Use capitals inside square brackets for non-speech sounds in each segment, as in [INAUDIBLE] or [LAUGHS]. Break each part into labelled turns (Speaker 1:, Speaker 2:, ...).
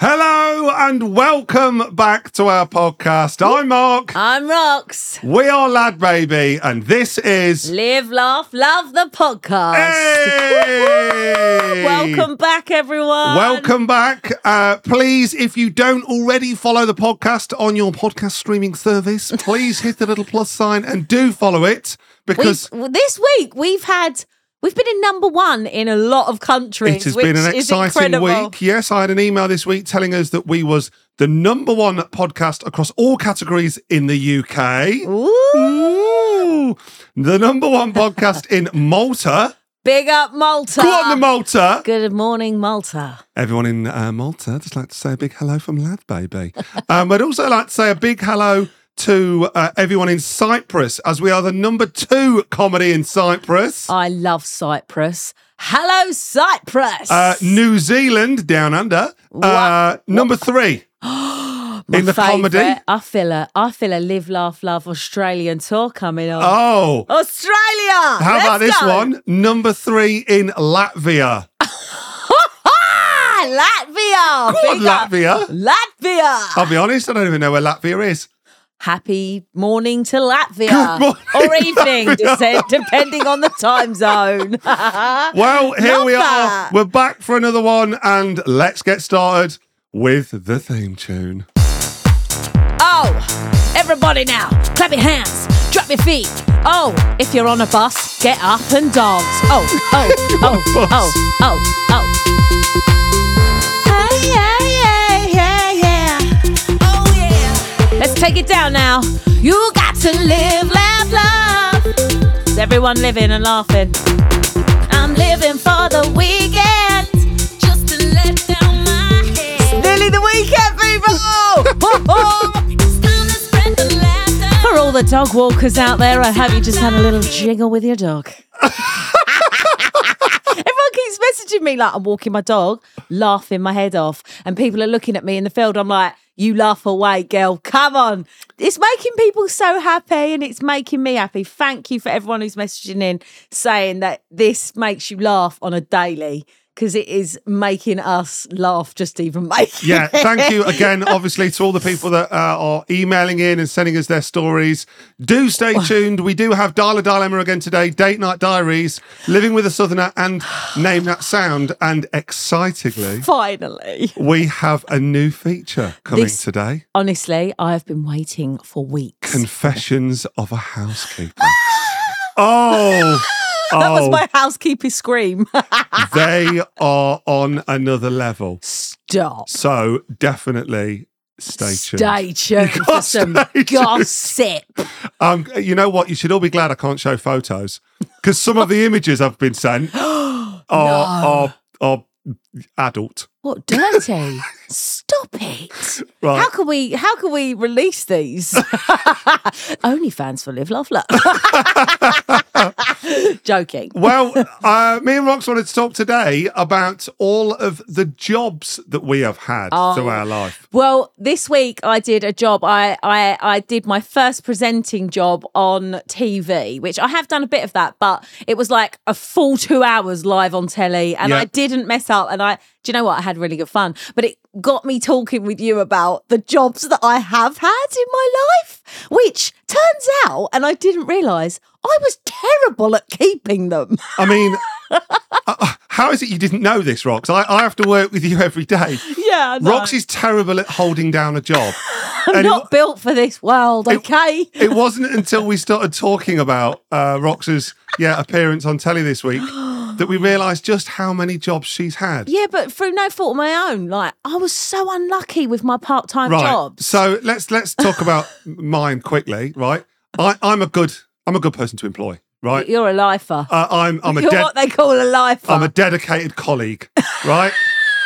Speaker 1: Hello and welcome back to our podcast. I'm Mark.
Speaker 2: I'm Rox.
Speaker 1: We are Lad Baby, and this is.
Speaker 2: Live, laugh, love the podcast.
Speaker 1: Hey!
Speaker 2: Welcome back, everyone.
Speaker 1: Welcome back. Uh, please, if you don't already follow the podcast on your podcast streaming service, please hit the little plus sign and do follow it
Speaker 2: We,
Speaker 1: because
Speaker 2: this week we've had we've been in number one in a lot of countries.
Speaker 1: it has
Speaker 2: which
Speaker 1: been an
Speaker 2: is
Speaker 1: exciting
Speaker 2: incredible.
Speaker 1: week. Yes, I had an email this week telling us that we was the number one podcast across all categories in the UK.
Speaker 2: Ooh,
Speaker 1: Ooh. The number one podcast in Malta.
Speaker 2: big up Malta.
Speaker 1: Go on, the Malta.
Speaker 2: Good morning, Malta.
Speaker 1: Everyone in uh, Malta, I'd just like to say a big hello from Lad Baby. um, I'd also like to say a big hello to uh, everyone in Cyprus, as we are the number two comedy in Cyprus.
Speaker 2: I love Cyprus. Hello, Cyprus.
Speaker 1: Uh, New Zealand, down under. Uh, number three.
Speaker 2: [GASPS] My
Speaker 1: in the comedy.
Speaker 2: favourite. I feel a I feel a live, laugh, love Australian tour coming on.
Speaker 1: Oh.
Speaker 2: Australia.
Speaker 1: How about
Speaker 2: Let's
Speaker 1: this
Speaker 2: go.
Speaker 1: one? Number three in Latvia.
Speaker 2: Ah, Latvia.
Speaker 1: Go on,
Speaker 2: Big up.
Speaker 1: Latvia.
Speaker 2: Latvia.
Speaker 1: I'll be honest, I don't even know where Latvia is.
Speaker 2: Happy morning to Latvia.
Speaker 1: Good morning,
Speaker 2: or evening, desen- depending on the time
Speaker 1: [LAUGHS]
Speaker 2: zone. [LAUGHS]
Speaker 1: Well, here we
Speaker 2: Love
Speaker 1: are.
Speaker 2: that.
Speaker 1: We're back for another one, and let's get started with the theme tune.
Speaker 2: oh, everybody now, clap your hands, drop your feet. Oh, if you're on a bus, get up and dance. Oh, [LAUGHS] oh, oh,
Speaker 1: bus.
Speaker 2: oh, oh, oh. Hey, yeah, yeah, yeah, yeah. Oh, yeah. Let's take it down now. You got to live, laugh, love. Is everyone living and laughing? I'm living for the weekend. Just to let down my head. It's nearly the weekend, [LAUGHS] people! for all the dog walkers out there, I hope you just had a little jiggle with your dog. Everyone keeps messaging me like I'm walking my dog, laughing my head off, and people are looking at me in the field. I'm like, you laugh away, girl. Come on. It's making people so happy and it's making me happy. Thank you for everyone who's messaging in saying that this makes you laugh on a daily because it is making us laugh just even [LAUGHS] making
Speaker 1: Yeah,
Speaker 2: it.
Speaker 1: thank
Speaker 2: [LAUGHS]
Speaker 1: you again, obviously, to all the people that uh, are emailing in and sending us their stories. Do stay tuned. We do have Dial a Dilemma again today, Date Night Diaries, Living with a Southerner, and Name That Sound. And excitingly,
Speaker 2: Finally.
Speaker 1: we have a new feature coming
Speaker 2: This-
Speaker 1: today
Speaker 2: Honestly, I have been waiting for weeks.
Speaker 1: Confessions of a Housekeeper.
Speaker 2: [GASPS]
Speaker 1: oh.
Speaker 2: that was
Speaker 1: oh.
Speaker 2: my housekeeper scream. [LAUGHS]
Speaker 1: they are on another level.
Speaker 2: Stop.
Speaker 1: So definitely stay tuned.
Speaker 2: Stay tuned for some
Speaker 1: stay tuned.
Speaker 2: gossip.
Speaker 1: Um, you know what? You should all be glad I can't show photos because some of the images I've been sent are, are are adult. [LAUGHS]
Speaker 2: What dirty? Stop it.
Speaker 1: Right.
Speaker 2: How can we how can we
Speaker 1: [LAUGHS]
Speaker 2: release these? [LAUGHS] Only fans for Live Love Love. Joking.
Speaker 1: Well, uh, me and Rox wanted to talk today about all of the jobs that we have had through our life.
Speaker 2: Well, this week I did a job. I, I I did my first presenting job on TV, which I have done a bit of that, but it was like a full two hours live on telly, and
Speaker 1: Yeah.
Speaker 2: I didn't mess up. And I, do you know what? I had really good fun, but it got me talking with you about the jobs that I have had in my life, which turns out, and I didn't realise I was terrible at keeping them.
Speaker 1: I mean, [LAUGHS] uh, how is it you didn't know this, Rox? I, I have to work with you every day.
Speaker 2: yeah, [LAUGHS] I know.
Speaker 1: Rox is terrible at holding down a job.
Speaker 2: I'm
Speaker 1: and it-
Speaker 2: not built for this world. Okay.
Speaker 1: It wasn't until we started talking about uh, Rox's yeah appearance on telly this
Speaker 2: [GASPS]
Speaker 1: week that we realised just how many jobs she's had.
Speaker 2: Yeah, but through no fault of my own. Like I was so unlucky with my part-time
Speaker 1: right.
Speaker 2: jobs.
Speaker 1: So let's let's talk about mine quickly. Right. I, I'm a good I'm a good person to employ. Right.
Speaker 2: You're a lifer.
Speaker 1: Uh, I'm I'm a
Speaker 2: You're
Speaker 1: ded-
Speaker 2: what they call a lifer.
Speaker 1: I'm a dedicated colleague. Right.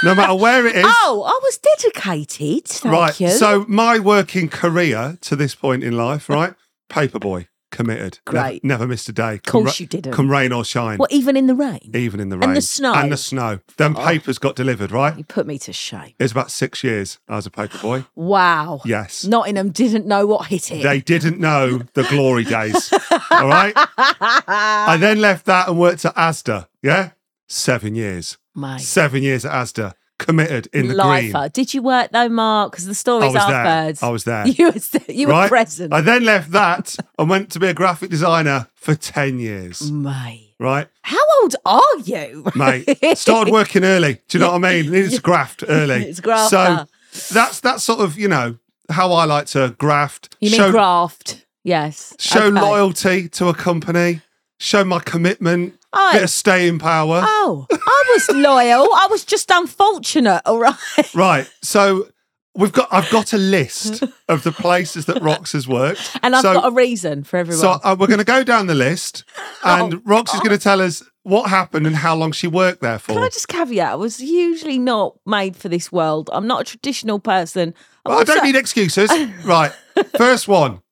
Speaker 1: No matter where it is.
Speaker 2: [LAUGHS] oh, I was dedicated. Oh, Thank
Speaker 1: right.
Speaker 2: you.
Speaker 1: So my working career to this point in life. Right. Paperboy committed. Never-
Speaker 2: Great.
Speaker 1: Never, missed a day. Of
Speaker 2: course you didn't.
Speaker 1: Come rain or shine.
Speaker 2: what? Even in the rain,
Speaker 1: even in the rain
Speaker 2: the snow.
Speaker 1: and the snow. Then papers got delivered, right?
Speaker 2: you put me to shame.
Speaker 1: It was about six years I was a paper boy.
Speaker 2: Wow.
Speaker 1: Yes.
Speaker 2: Nottingham didn't know what hit it. [LAUGHS]
Speaker 1: They didn't know the glory days. all right. I then left that and worked at Asda. Yeah. Seven years.
Speaker 2: Mate.
Speaker 1: Seven years at Asda. committed in the green.
Speaker 2: Lifer. Did you work though, Mark? Because the stories
Speaker 1: I was
Speaker 2: are
Speaker 1: there.
Speaker 2: birds.
Speaker 1: I was there.
Speaker 2: You were, st- you were present.
Speaker 1: I then left that and went to be a graphic designer for 10 years.
Speaker 2: Mate.
Speaker 1: Right,
Speaker 2: How old are you?
Speaker 1: mate. Started working early. Do you know what I mean? Needed to graft early.
Speaker 2: [LAUGHS] It's grafter.
Speaker 1: So that's that's sort of, you know, how I like to graft.
Speaker 2: [LAUGHS] You mean
Speaker 1: show
Speaker 2: graft? Yes.
Speaker 1: show
Speaker 2: Okay.
Speaker 1: loyalty to a company, show my commitment,
Speaker 2: I-
Speaker 1: bit of staying power.
Speaker 2: Oh, I was loyal. I was just unfortunate. All right. [LAUGHS]
Speaker 1: Right. So we've got I've got a list of the places that Rox has worked.
Speaker 2: And I've
Speaker 1: so,
Speaker 2: got a reason for everyone.
Speaker 1: so uh, we're going to go down the
Speaker 2: [LAUGHS]
Speaker 1: list, and
Speaker 2: Oh,
Speaker 1: Rox is going to tell us what happened and how long she worked there for.
Speaker 2: Can I just caveat? I was hugely not made for this world. I'm not a traditional person. I'm
Speaker 1: Well, I don't
Speaker 2: also-
Speaker 1: need
Speaker 2: [LAUGHS]
Speaker 1: excuses. right. First one,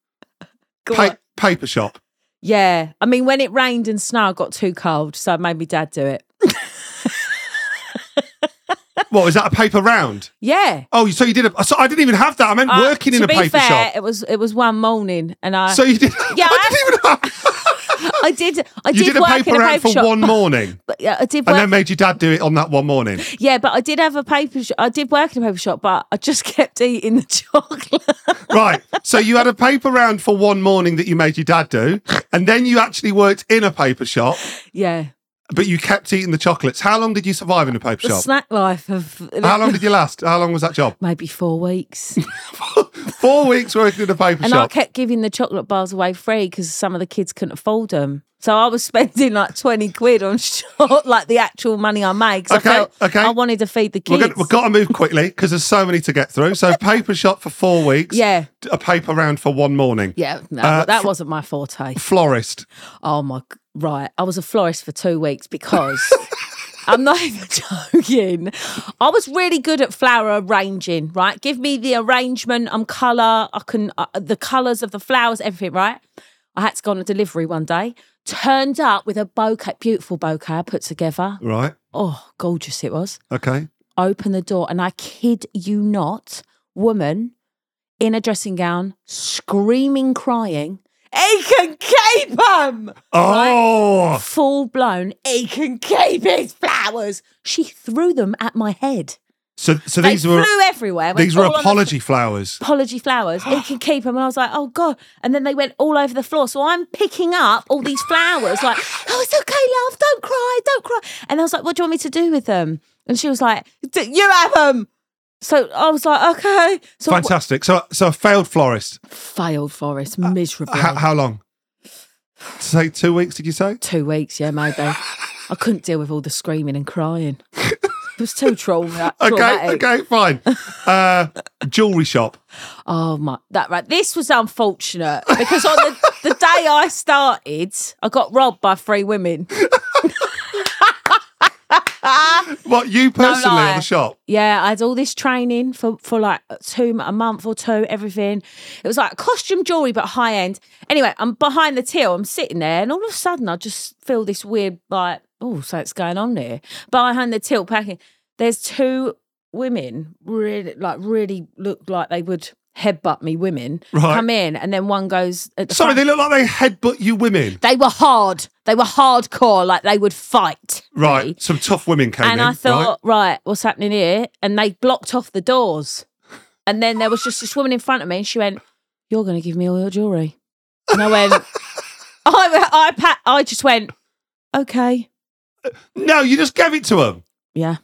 Speaker 2: Go on.
Speaker 1: pa- paper shop.
Speaker 2: Yeah. I mean, when it rained and snow, I got too cold. So I made my dad do it.
Speaker 1: What is that? A paper round?
Speaker 2: Yeah.
Speaker 1: Oh, so you did a? So I didn't even have that. I meant
Speaker 2: I-
Speaker 1: working in
Speaker 2: Uh, to
Speaker 1: a
Speaker 2: be
Speaker 1: paper
Speaker 2: fair,
Speaker 1: shop.
Speaker 2: It was it was one morning, and I
Speaker 1: So you did? [LAUGHS]
Speaker 2: Yeah,
Speaker 1: I didn't even have.
Speaker 2: I did I
Speaker 1: You
Speaker 2: did,
Speaker 1: did a
Speaker 2: work
Speaker 1: paper
Speaker 2: in a
Speaker 1: round
Speaker 2: paper
Speaker 1: for
Speaker 2: shop.
Speaker 1: one morning,
Speaker 2: But, yeah, I did
Speaker 1: and
Speaker 2: work.
Speaker 1: then made your dad do it on that one morning.
Speaker 2: yeah, but I did have a paper. Sh- I did work in a paper shop, but I just [LAUGHS] kept eating the chocolate.
Speaker 1: Right. So you had a paper round for one morning that you made your dad do, and then you actually worked in a paper shop,
Speaker 2: yeah,
Speaker 1: but you kept eating the chocolates. How long did you survive in a paper
Speaker 2: the
Speaker 1: shop?
Speaker 2: snack life of
Speaker 1: How long did you last? How long was that job?
Speaker 2: maybe four weeks.
Speaker 1: [LAUGHS] Four weeks working in a paper
Speaker 2: And I
Speaker 1: shop.
Speaker 2: kept giving the chocolate bars away free because some of the kids couldn't afford them. So I was [LAUGHS] spending like 20 quid on [LAUGHS] short, like the actual money I made. 'cause
Speaker 1: Okay,
Speaker 2: I felt
Speaker 1: okay.
Speaker 2: I wanted to feed the
Speaker 1: We're
Speaker 2: kids.
Speaker 1: gonna, we've got to move quickly because there's so many to get through.
Speaker 2: [LAUGHS]
Speaker 1: So paper shop for four weeks.
Speaker 2: Yeah.
Speaker 1: d- A paper round for one morning.
Speaker 2: yeah, no,
Speaker 1: Uh,
Speaker 2: that
Speaker 1: fr-
Speaker 2: wasn't my forte.
Speaker 1: Florist.
Speaker 2: Oh my, g- right. I was a florist for two weeks because I'm not even joking. I was really good at flower arranging, right? Give me the arrangement, I'm colour, I can, uh, the colours of the flowers, everything, right? I had to go on a delivery one day, turned up with a bouquet, beautiful bouquet I put together.
Speaker 1: Right.
Speaker 2: Oh, gorgeous it was.
Speaker 1: Okay.
Speaker 2: Open the door, and I kid you not, woman in a dressing gown, screaming, crying, Aiken keep 'em!
Speaker 1: Oh.
Speaker 2: full blown Aiken keep his flowers. She threw them at my head.
Speaker 1: So so
Speaker 2: They
Speaker 1: these
Speaker 2: flew
Speaker 1: were
Speaker 2: everywhere. went
Speaker 1: these were
Speaker 2: all on the
Speaker 1: apology flowers.
Speaker 2: apology flowers. It can keep them. And I was like, oh God. And then they went all over the floor. So I'm picking up all these flowers, like, oh, it's okay, love. Don't cry. Don't cry. And I was like, what do you want me to do with them? And she was like, "D- you have them. So I was like, okay. So I
Speaker 1: Fantastic. So so a failed florist.
Speaker 2: failed for us miserably.
Speaker 1: How, how long? Say two weeks, did you say?
Speaker 2: Two weeks, yeah, maybe. I couldn't deal with all the screaming and crying. It was too trauma-
Speaker 1: [LAUGHS] Okay,
Speaker 2: traumatic.
Speaker 1: okay,
Speaker 2: [LAUGHS]
Speaker 1: fine. Uh, jewelry shop.
Speaker 2: Oh my, that right. This was unfortunate because on the, the day I started, I got robbed by three women.
Speaker 1: What, you personally
Speaker 2: lie.
Speaker 1: or the shop?
Speaker 2: Yeah, I had all this training for, for like two a month or two, everything. It was like costume jewelry, but high end. Anyway, I'm behind the till, I'm sitting there, and all of a sudden I just feel this weird like, oh, something's going on there. Behind the till packing, there's two women really like really look like they would headbutt me women
Speaker 1: Right.
Speaker 2: come in and then one goes at the
Speaker 1: Sorry,
Speaker 2: front.
Speaker 1: they look like they headbutt you women.
Speaker 2: They were hard. They were hardcore. Like they would fight. me.
Speaker 1: Right. Some tough women came
Speaker 2: And
Speaker 1: in.
Speaker 2: I thought, right. what's happening here? And they blocked off the doors. And then there was just this woman in front of me, and she went, "You're going to give me all your jewelry." And I went, I, went- I, pa- I just went, okay,
Speaker 1: right? No, you just gave it to them.
Speaker 2: yeah.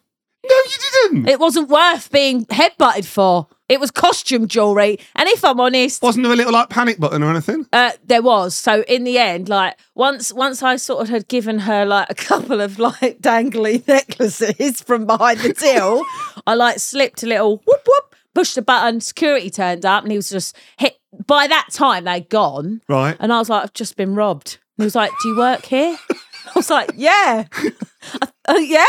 Speaker 1: No, you didn't.
Speaker 2: It wasn't worth being headbutted for. It was costume jewelry, and if I'm honest,
Speaker 1: Wasn't there a little like panic button or anything?
Speaker 2: Uh, there was. So in the end, like once once I sort of had given her like a [LAUGHS] couple of like dangly [LAUGHS] necklaces from behind the till, I like slipped a little whoop whoop, pushed the button, security turned up, and he was just hit by that time they'd gone.
Speaker 1: Right.
Speaker 2: And I was like, I've just been robbed. And he was like, Do you work here? I was like, Yeah. Uh, yeah?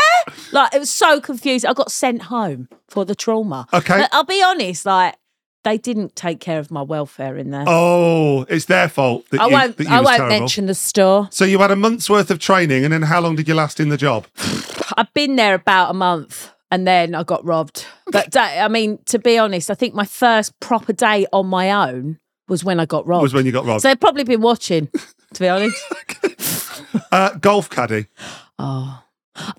Speaker 2: Like it was so confusing. I got sent home for the trauma.
Speaker 1: Okay.
Speaker 2: But I'll be honest, like they didn't take care of my welfare in there.
Speaker 1: Oh, it's their fault that
Speaker 2: I
Speaker 1: you,
Speaker 2: won't.
Speaker 1: that you
Speaker 2: I
Speaker 1: was
Speaker 2: won't
Speaker 1: terrible.
Speaker 2: mention the store.
Speaker 1: So you had a month's worth of training, and then how long did you last in the job?
Speaker 2: I've been there about a month, and then I got robbed. But da- I mean, to be honest, I think my first proper day on my own was when I got robbed.
Speaker 1: Was when you got robbed.
Speaker 2: Oh. so they've
Speaker 1: [LAUGHS]
Speaker 2: probably been watching. To be honest,
Speaker 1: uh, golf caddy.
Speaker 2: oh,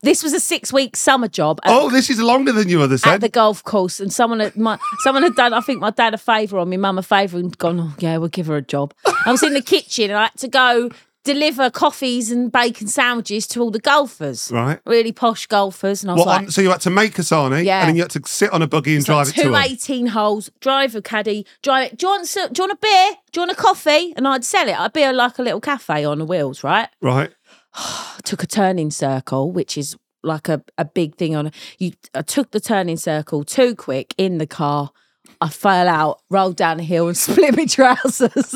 Speaker 2: This was a six week summer job. at
Speaker 1: Oh, this is longer than you others
Speaker 2: at
Speaker 1: said.
Speaker 2: the golf course, and someone had my someone had done. I think my dad a favour on me, mum a favour, and gone. Oh, yeah, we'll give her a job. I was in the kitchen, and I had to go deliver coffees and bacon sandwiches to all the golfers,
Speaker 1: Right.
Speaker 2: Really posh golfers, and I was
Speaker 1: What
Speaker 2: like,
Speaker 1: on, so you had to make a sarnie,
Speaker 2: Yeah.
Speaker 1: and then you had to sit on a buggy and drive it to
Speaker 2: two
Speaker 1: them.
Speaker 2: 18 holes, drive a caddy, drive it. Do you, want, some- do you want a beer? Do you want a coffee? And I'd sell it. I'd be a, like a little cafe on the wheels, right?
Speaker 1: Right.
Speaker 2: I took a turning circle, which is like a, a big thing on you. I took the turning circle too quick in the car. I fell out, rolled down a hill, and [LAUGHS] split
Speaker 1: [LAUGHS]
Speaker 2: my trousers.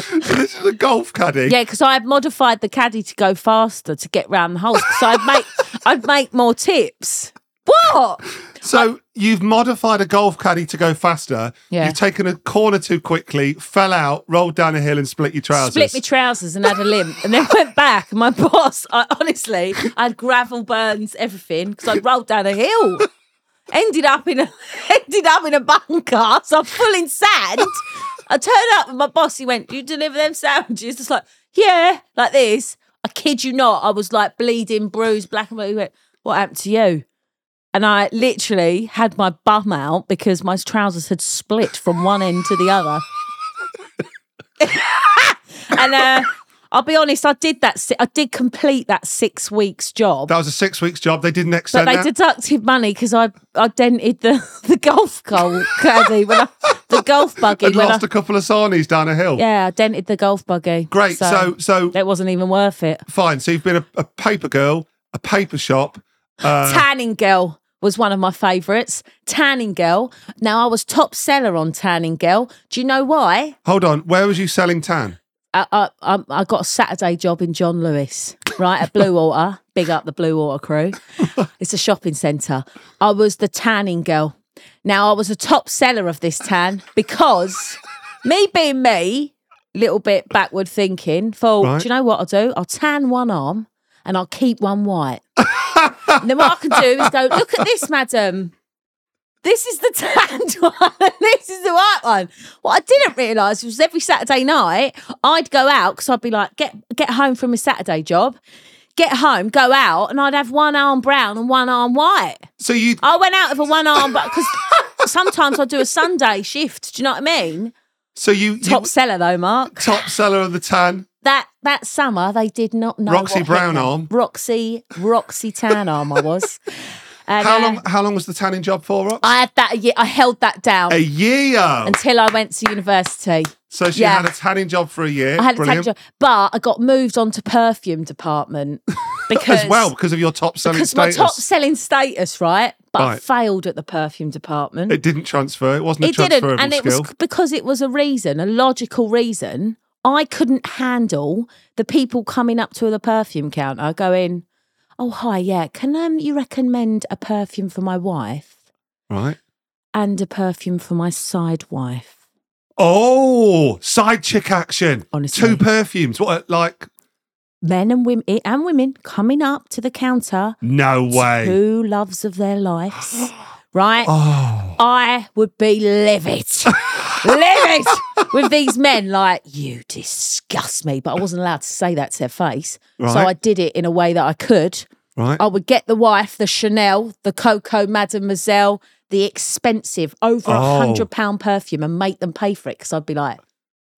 Speaker 1: So this is a golf caddy.
Speaker 2: yeah, because I had modified the caddy to go faster to get round the holes. So I'd make I'd make more tips. What?
Speaker 1: So you've modified a golf caddy to go faster.
Speaker 2: Yeah.
Speaker 1: You've taken a corner too quickly, fell out, rolled down a hill, and split your trousers.
Speaker 2: split my trousers and had a limp and then [LAUGHS] went back and my boss I, honestly I had gravel burns everything because I rolled down a hill ended up in a [LAUGHS] ended up in a bunker so I'm full in sand I turned up and my boss he went you deliver them sandwiches it's like yeah like this I kid you not I was like bleeding bruised black and white he went what happened to you and I literally had my bum out because my trousers had split from one end to the other. [LAUGHS] and uh, I'll be honest, I did that. Si- I did complete that six weeks job,
Speaker 1: that was a six weeks job. They didn't
Speaker 2: but
Speaker 1: extend
Speaker 2: they
Speaker 1: that.
Speaker 2: deducted money because I I dented the [LAUGHS] the golf goal caddy when I, the golf buggy
Speaker 1: and
Speaker 2: when I,
Speaker 1: lost a couple of sarnies down a hill.
Speaker 2: yeah I dented the golf buggy.
Speaker 1: Great. So so,
Speaker 2: it wasn't even worth it.
Speaker 1: fine. So you've been a, a paper girl, a paper shop.
Speaker 2: Tanning Girl was one of my favourites. Tanning Girl. Now I was top seller on Tanning Girl. Do you know why?
Speaker 1: Hold on. Where was you selling tan?
Speaker 2: I, I, I, I got a Saturday job in John Lewis, right at Blue Water. [LAUGHS] Big up the Blue Water crew. It's a shopping centre. I was the tanning girl. Now I was a top seller of this tan because me being me, little bit backward thinking, thought,
Speaker 1: Right.
Speaker 2: do you know what I'll do? I'll tan one arm and I'll keep one white. [LAUGHS] and then what I can do is go, look at this, madam. This is the [LAUGHS] tanned one and this is the white one. What I didn't realise was every Saturday night I'd go out because I'd be like, get get home from a Saturday job, get home, go out, and I'd have one arm brown and one arm white.
Speaker 1: So you
Speaker 2: I went out with a one arm, but because [LAUGHS] sometimes I do a Sunday shift. Do you know what I mean?
Speaker 1: so you you-
Speaker 2: Top seller though, Mark.
Speaker 1: top seller of the tan.
Speaker 2: That that summer they did not know
Speaker 1: Roxy
Speaker 2: what hit
Speaker 1: Brown
Speaker 2: them.
Speaker 1: arm.
Speaker 2: Roxy Roxy Tan arm. I was.
Speaker 1: [LAUGHS]
Speaker 2: And,
Speaker 1: How
Speaker 2: uh,
Speaker 1: long how long was the tanning job for? Rox?
Speaker 2: I had that. a year- I held that down.
Speaker 1: A year.
Speaker 2: until I went to university.
Speaker 1: so she
Speaker 2: yeah.
Speaker 1: had a tanning job for a year.
Speaker 2: I had a
Speaker 1: Brilliant.
Speaker 2: tag job, but I got moved on to
Speaker 1: [LAUGHS]
Speaker 2: perfume department because
Speaker 1: as well because of your top selling
Speaker 2: because my
Speaker 1: status.
Speaker 2: top selling status, right? But I
Speaker 1: Right.
Speaker 2: failed at the perfume department.
Speaker 1: It didn't transfer. It wasn't a
Speaker 2: It
Speaker 1: transferable
Speaker 2: didn't, and it
Speaker 1: skill.
Speaker 2: was because it was a reason, a logical reason. I couldn't handle the people coming up to the perfume counter going, "Oh hi, yeah, can um you recommend a perfume for my wife
Speaker 1: Right.
Speaker 2: and a perfume for my side wife?"
Speaker 1: Oh, side chick action.
Speaker 2: Honestly.
Speaker 1: Two perfumes. What, like,
Speaker 2: Men and women and women coming up to the counter
Speaker 1: no way.
Speaker 2: Two loves of their
Speaker 1: [GASPS]
Speaker 2: lives, right?
Speaker 1: Oh,
Speaker 2: I would
Speaker 1: [LAUGHS]
Speaker 2: be livid, livid with these men. Like you disgust me, but I wasn't allowed to say that to their face, so
Speaker 1: Right.
Speaker 2: I did it in a way that I could.
Speaker 1: right.
Speaker 2: I would get the wife, the Chanel, the Coco Mademoiselle, the expensive, over a
Speaker 1: Oh.
Speaker 2: hundred pound perfume, and make them pay for it because I'd be like,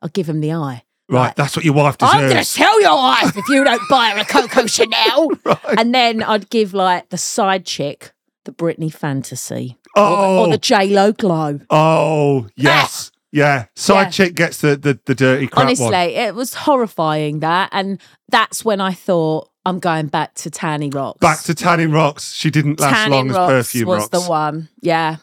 Speaker 2: I'll give them the eye.
Speaker 1: right.
Speaker 2: right.
Speaker 1: That's what your wife
Speaker 2: I'm going to
Speaker 1: deserves.
Speaker 2: sell your wife if you don't buy her a
Speaker 1: [LAUGHS]
Speaker 2: Coco Chanel. And then I'd give like the side chick the Britney fantasy
Speaker 1: Oh,
Speaker 2: or the J Lo glow.
Speaker 1: oh, yes. Yeah. Side
Speaker 2: Yeah.
Speaker 1: chick gets the, the, the dirty crap
Speaker 2: Honestly,
Speaker 1: one.
Speaker 2: it was horrifying that, and that's when I thought I'm going back to Tanny Rocks.
Speaker 1: Back to tanning rocks. She didn't last
Speaker 2: Tanning
Speaker 1: long as
Speaker 2: Rocks
Speaker 1: perfume
Speaker 2: was
Speaker 1: rocks.
Speaker 2: the one. Yeah.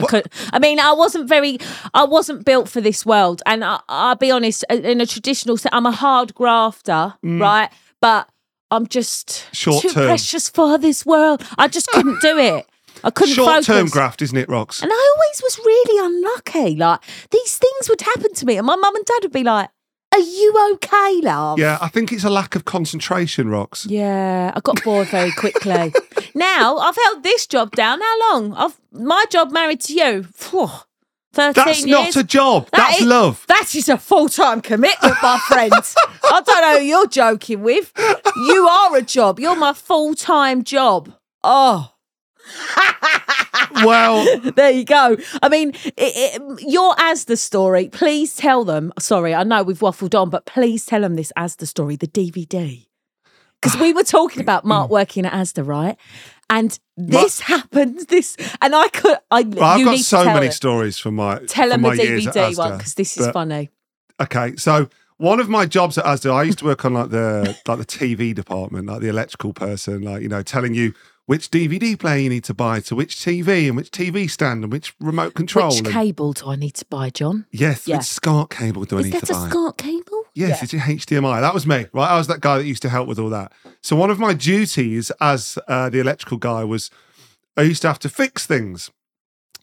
Speaker 2: I, could, I mean, I wasn't very, I wasn't built for this world. And I, I'll be honest, in a traditional sense, I'm a hard grafter,
Speaker 1: Mm.
Speaker 2: right? But I'm just
Speaker 1: Short
Speaker 2: too
Speaker 1: term.
Speaker 2: precious for this world. I just couldn't do it. I couldn't
Speaker 1: Short term
Speaker 2: focus.
Speaker 1: graft, isn't it, rocks?
Speaker 2: and I always was really unlucky. Like, these things would happen to me, and my mum and dad would be like, Are you okay, love?
Speaker 1: Yeah, I think it's a lack of concentration, rocks.
Speaker 2: Yeah, I got bored very [LAUGHS] quickly. now I've held this job down. How long? I've my job married to you. Phew, 13
Speaker 1: That's
Speaker 2: years.
Speaker 1: not a job.
Speaker 2: That
Speaker 1: That's
Speaker 2: is-
Speaker 1: love.
Speaker 2: That is a full time commitment,
Speaker 1: [LAUGHS]
Speaker 2: my friend. I don't know who you're joking with. You are a job. You're my full time job. Oh, [LAUGHS]
Speaker 1: Well,
Speaker 2: there you go. I mean, it, it, your Asda story, please tell them. Sorry, I know we've waffled on, but please tell them this Asda story,
Speaker 1: [SIGHS]
Speaker 2: the DVD. Because we were talking
Speaker 1: [CLEARS THROAT]
Speaker 2: about Mark working at Asda, right? And this [LAUGHS] happened. This, and I could, I,
Speaker 1: I've
Speaker 2: you
Speaker 1: got
Speaker 2: need
Speaker 1: so
Speaker 2: to tell
Speaker 1: many
Speaker 2: it.
Speaker 1: stories from my
Speaker 2: Tell
Speaker 1: from
Speaker 2: them the
Speaker 1: my years at
Speaker 2: DVD one
Speaker 1: Asda,
Speaker 2: because this is
Speaker 1: but-
Speaker 2: funny.
Speaker 1: Okay, so one of my jobs at Asda, I used to work on like the like the TV department, like the electrical person, like you know, telling you which DVD player you need to buy to which TV and which TV stand and which remote control.
Speaker 2: Which
Speaker 1: and-
Speaker 2: cable do I need to buy, John?
Speaker 1: yes,
Speaker 2: Yeah.
Speaker 1: which SCART cable do I
Speaker 2: Is
Speaker 1: need
Speaker 2: that
Speaker 1: to
Speaker 2: a
Speaker 1: buy?
Speaker 2: SCART cable?
Speaker 1: Yes, it's a HDMI. That was me, right? I was that guy that used to help with all that. So one of my duties as uh, the electrical guy was I used to have to fix things.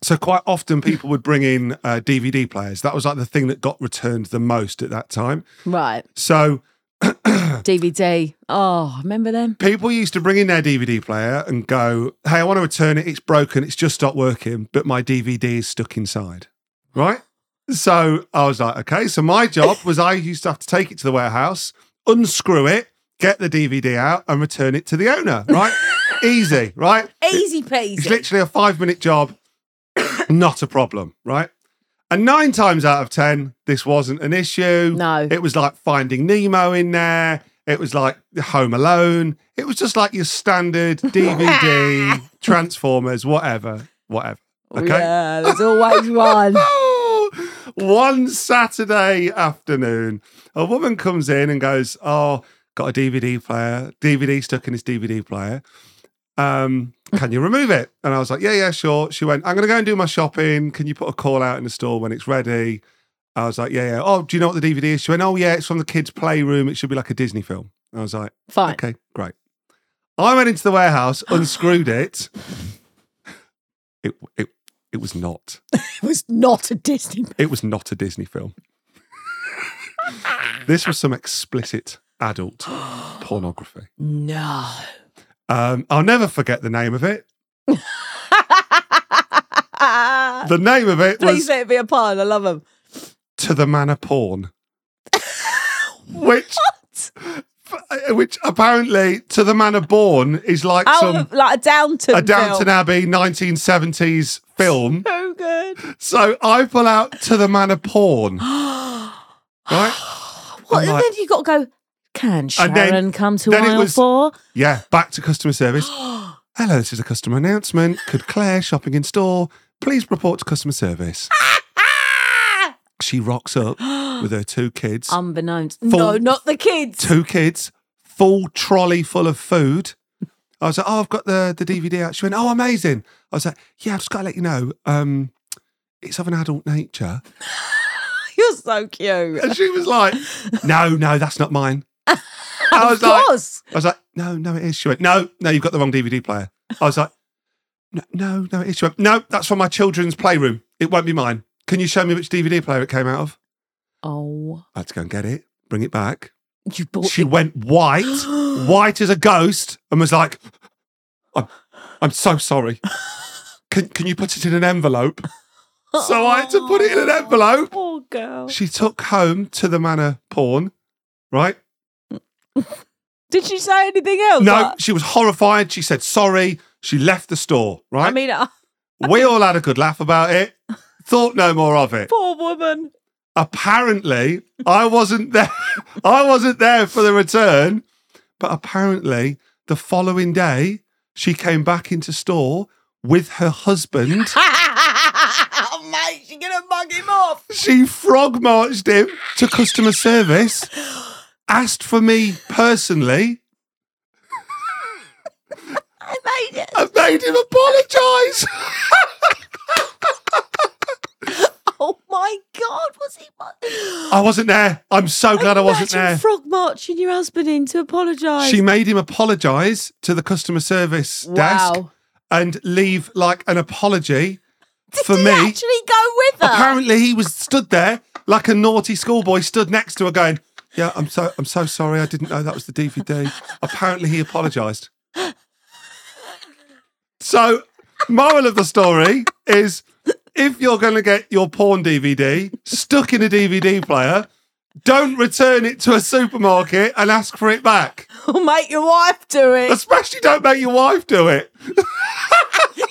Speaker 1: So quite often people would bring in uh, DVD players. That was like the thing that got returned the most at that time. [LAUGHS]
Speaker 2: Right.
Speaker 1: So
Speaker 2: DVD. Oh, remember them?
Speaker 1: people used to bring in their DVD player and go, "Hey, I want to return it. It's broken. It's just stopped working, but my DVD is stuck inside." Right? So I was like, "Okay." So my job was I used to have to take it to the warehouse, unscrew it, get the DVD out, and return it to the owner. Right? Easy. Right?
Speaker 2: Easy
Speaker 1: It's
Speaker 2: peasy.
Speaker 1: literally a five-minute job. [COUGHS] Not a problem. Right? And nine times out of ten, this wasn't an issue.
Speaker 2: No.
Speaker 1: It was like Finding Nemo in there. It was like Home Alone. It was just like your standard
Speaker 2: [LAUGHS]
Speaker 1: DVD, Transformers, whatever, whatever. Okay.
Speaker 2: Oh, Yeah, there's
Speaker 1: [LAUGHS]
Speaker 2: always one.
Speaker 1: Oh, One Saturday afternoon, a woman comes in and goes, Oh, got a DVD player, DVD stuck in his DVD player. Um, can you remove it? And I was like, Yeah, yeah, sure. She went, I'm going to go and do my shopping. Can you put a call out in the store when it's ready? I was like, Yeah, yeah. Oh, do you know what the DVD is? She went, Oh, yeah, it's from the kids' playroom. It should be like a Disney film. I was like,
Speaker 2: Fine.
Speaker 1: Okay, great. I went into the warehouse, unscrewed it. It, it, it was not.
Speaker 2: It was not a Disney.
Speaker 1: It was not a Disney film. this was some explicit
Speaker 2: [GASPS]
Speaker 1: adult pornography.
Speaker 2: [LAUGHS] No.
Speaker 1: Um, I'll never forget the name of it. The name of it
Speaker 2: Uh, Please
Speaker 1: was
Speaker 2: let it be a pun. I love them.
Speaker 1: To the Man of
Speaker 2: [LAUGHS]
Speaker 1: Porn. which, f- which apparently To the Man of Born is like
Speaker 2: Oh,
Speaker 1: some
Speaker 2: like a Downton.
Speaker 1: a Downton
Speaker 2: Film.
Speaker 1: Abbey 1970s film.
Speaker 2: So good.
Speaker 1: [GASPS] So I pull out To the Man of Porn. right?
Speaker 2: What,
Speaker 1: I'm
Speaker 2: and
Speaker 1: like-
Speaker 2: then you got to go. Can Sharon
Speaker 1: And then-
Speaker 2: come to
Speaker 1: then it
Speaker 2: aisle
Speaker 1: was-
Speaker 2: four?
Speaker 1: Yeah, back to customer service. Hello, this is a customer announcement. Could Claire shopping in store please report to customer service? she rocks up with her two kids.
Speaker 2: [GASPS] Um, Unbeknownst. No,
Speaker 1: Full-
Speaker 2: not the kids.
Speaker 1: [LAUGHS]
Speaker 2: [LAUGHS]
Speaker 1: two kids, full trolley full of food. I was like, oh, I've got the, the DVD out. She went, oh, amazing. I was like, yeah, I've just got to let you know, um, it's of an adult nature.
Speaker 2: You're so cute.
Speaker 1: And she was like, no, no, that's not mine. I
Speaker 2: Of
Speaker 1: was like,
Speaker 2: course.
Speaker 1: I was like, no, no, it is. She went, no, no, you've got the wrong DVD player. I was like, no, no, no, it is. She went, no, that's from my children's playroom. It won't be mine. Can you show me which DVD player it came out of?
Speaker 2: Oh,
Speaker 1: I had to go and get it, bring it back.
Speaker 2: you bought
Speaker 1: She went white, white as a ghost, and was like, I'm, I'm so sorry. Can, can you put it in an envelope? So I had to put
Speaker 2: [LAUGHS]
Speaker 1: it in an envelope.
Speaker 2: Poor girl.
Speaker 1: She took home to the manor porn, right?
Speaker 2: Did she say anything else?
Speaker 1: No,
Speaker 2: Like,
Speaker 1: she was horrified. She said sorry. She left the store, right?
Speaker 2: I mean, [LAUGHS] uh,
Speaker 1: We all had a good laugh about it. Thought no more of it.
Speaker 2: poor [LAUGHS] woman.
Speaker 1: Apparently, I wasn't there. [LAUGHS] I wasn't there for the return. But apparently, the following day, she came back into store with her husband.
Speaker 2: [LAUGHS] oh, mate, she's going to mug him off.
Speaker 1: She frog marched him to customer service, asked for me personally,
Speaker 2: I made it.
Speaker 1: and made him apologise.
Speaker 2: [LAUGHS] Oh, my God. Was he. mu-
Speaker 1: I wasn't there. I'm so glad I wasn't
Speaker 2: Imagine
Speaker 1: there.
Speaker 2: frog marching your husband in to apologise.
Speaker 1: She made him apologise to the customer service desk.
Speaker 2: Wow.
Speaker 1: and leave like an apology
Speaker 2: Did
Speaker 1: for
Speaker 2: he
Speaker 1: me.
Speaker 2: actually go with her? [LAUGHS]
Speaker 1: Apparently, he was stood there like a naughty schoolboy, stood next to her, going, "Yeah, I'm so I'm so sorry. I didn't know that was the DVD." Apparently, he apologised. So, moral of the story is if you're going to get your porn DVD stuck in a DVD player, don't return it to a supermarket and ask for it back.
Speaker 2: Or make Oh, your wife do it.
Speaker 1: Especially don't make your wife do it.
Speaker 2: do, you,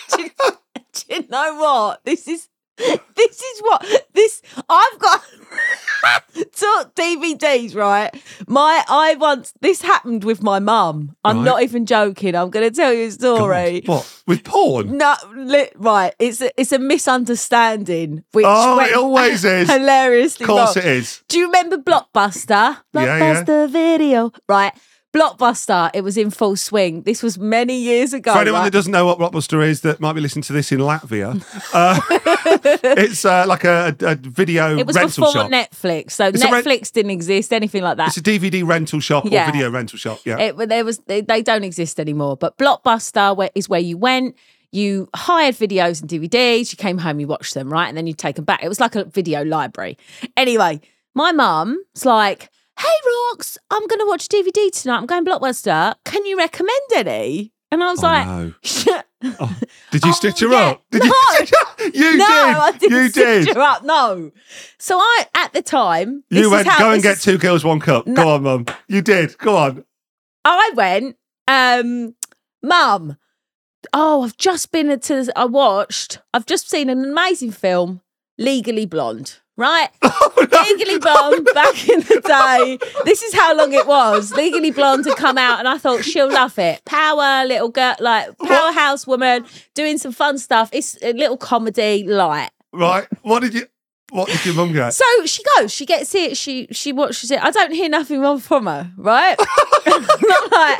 Speaker 2: [LAUGHS] do you know what? This is this is what this I've got [LAUGHS] talk DVDs, right? My I once this happened with my mum. I'm
Speaker 1: Right.
Speaker 2: not even joking. I'm gonna tell you a story.
Speaker 1: What? With porn?
Speaker 2: No, li- right. It's a, it's a misunderstanding, which
Speaker 1: Oh,
Speaker 2: went
Speaker 1: it
Speaker 2: [LAUGHS]
Speaker 1: always is. Of
Speaker 2: hilariously
Speaker 1: course
Speaker 2: wrong.
Speaker 1: it is.
Speaker 2: Do you remember Blockbuster? Blockbuster
Speaker 1: Yeah, yeah.
Speaker 2: video, right? Blockbuster. It was in full swing. This was many years ago.
Speaker 1: For anyone
Speaker 2: Oh, right?
Speaker 1: that doesn't know what Blockbuster is, that might be listening to this in
Speaker 2: [LAUGHS]
Speaker 1: Latvia, uh, [LAUGHS] it's uh, like a, a video
Speaker 2: it was
Speaker 1: rental
Speaker 2: before
Speaker 1: shop.
Speaker 2: Netflix, so
Speaker 1: a
Speaker 2: Netflix
Speaker 1: rent-
Speaker 2: didn't exist, anything like that.
Speaker 1: It's a DVD rental shop
Speaker 2: Yeah.
Speaker 1: or video rental shop. Yeah.
Speaker 2: It, but there was they, they don't exist anymore. But Blockbuster where, is where you went. You hired videos and DVDs. You came home, you watched them, right, and then you take them back. It was like a video library. Anyway, my mum's like, "Hey, Rox, I'm going to watch DVD tonight. I'm going Blockbuster. Can you recommend any?" And I was
Speaker 1: Oh,
Speaker 2: like,
Speaker 1: no.
Speaker 2: "No,
Speaker 1: Did you
Speaker 2: Oh,
Speaker 1: stitch her
Speaker 2: yeah.
Speaker 1: up? Did you
Speaker 2: No.
Speaker 1: [LAUGHS] stitch her up? You did.
Speaker 2: I didn't
Speaker 1: you
Speaker 2: stitch
Speaker 1: did.
Speaker 2: her up. No." So I, at the time, this
Speaker 1: You
Speaker 2: is
Speaker 1: went,
Speaker 2: how-
Speaker 1: go and
Speaker 2: this
Speaker 1: get
Speaker 2: is-
Speaker 1: two girls, one cup.
Speaker 2: No.
Speaker 1: Go on, mum. You did. Go on. [LAUGHS]
Speaker 2: I went, um, Mum, oh, I've just been to, I watched, I've just seen an amazing film, Legally Blonde, right?
Speaker 1: [LAUGHS] Oh,
Speaker 2: Legally Blonde back in the day. This is how long it was. Legally Blonde had come out, and I thought she'll love it. Power little girl, like powerhouse woman, doing some fun stuff. It's a little comedy light.
Speaker 1: Right. What did you, what did your mum get?
Speaker 2: So she goes, she gets it, she she watches it. I don't hear nothing wrong from her, right? [LAUGHS] Not like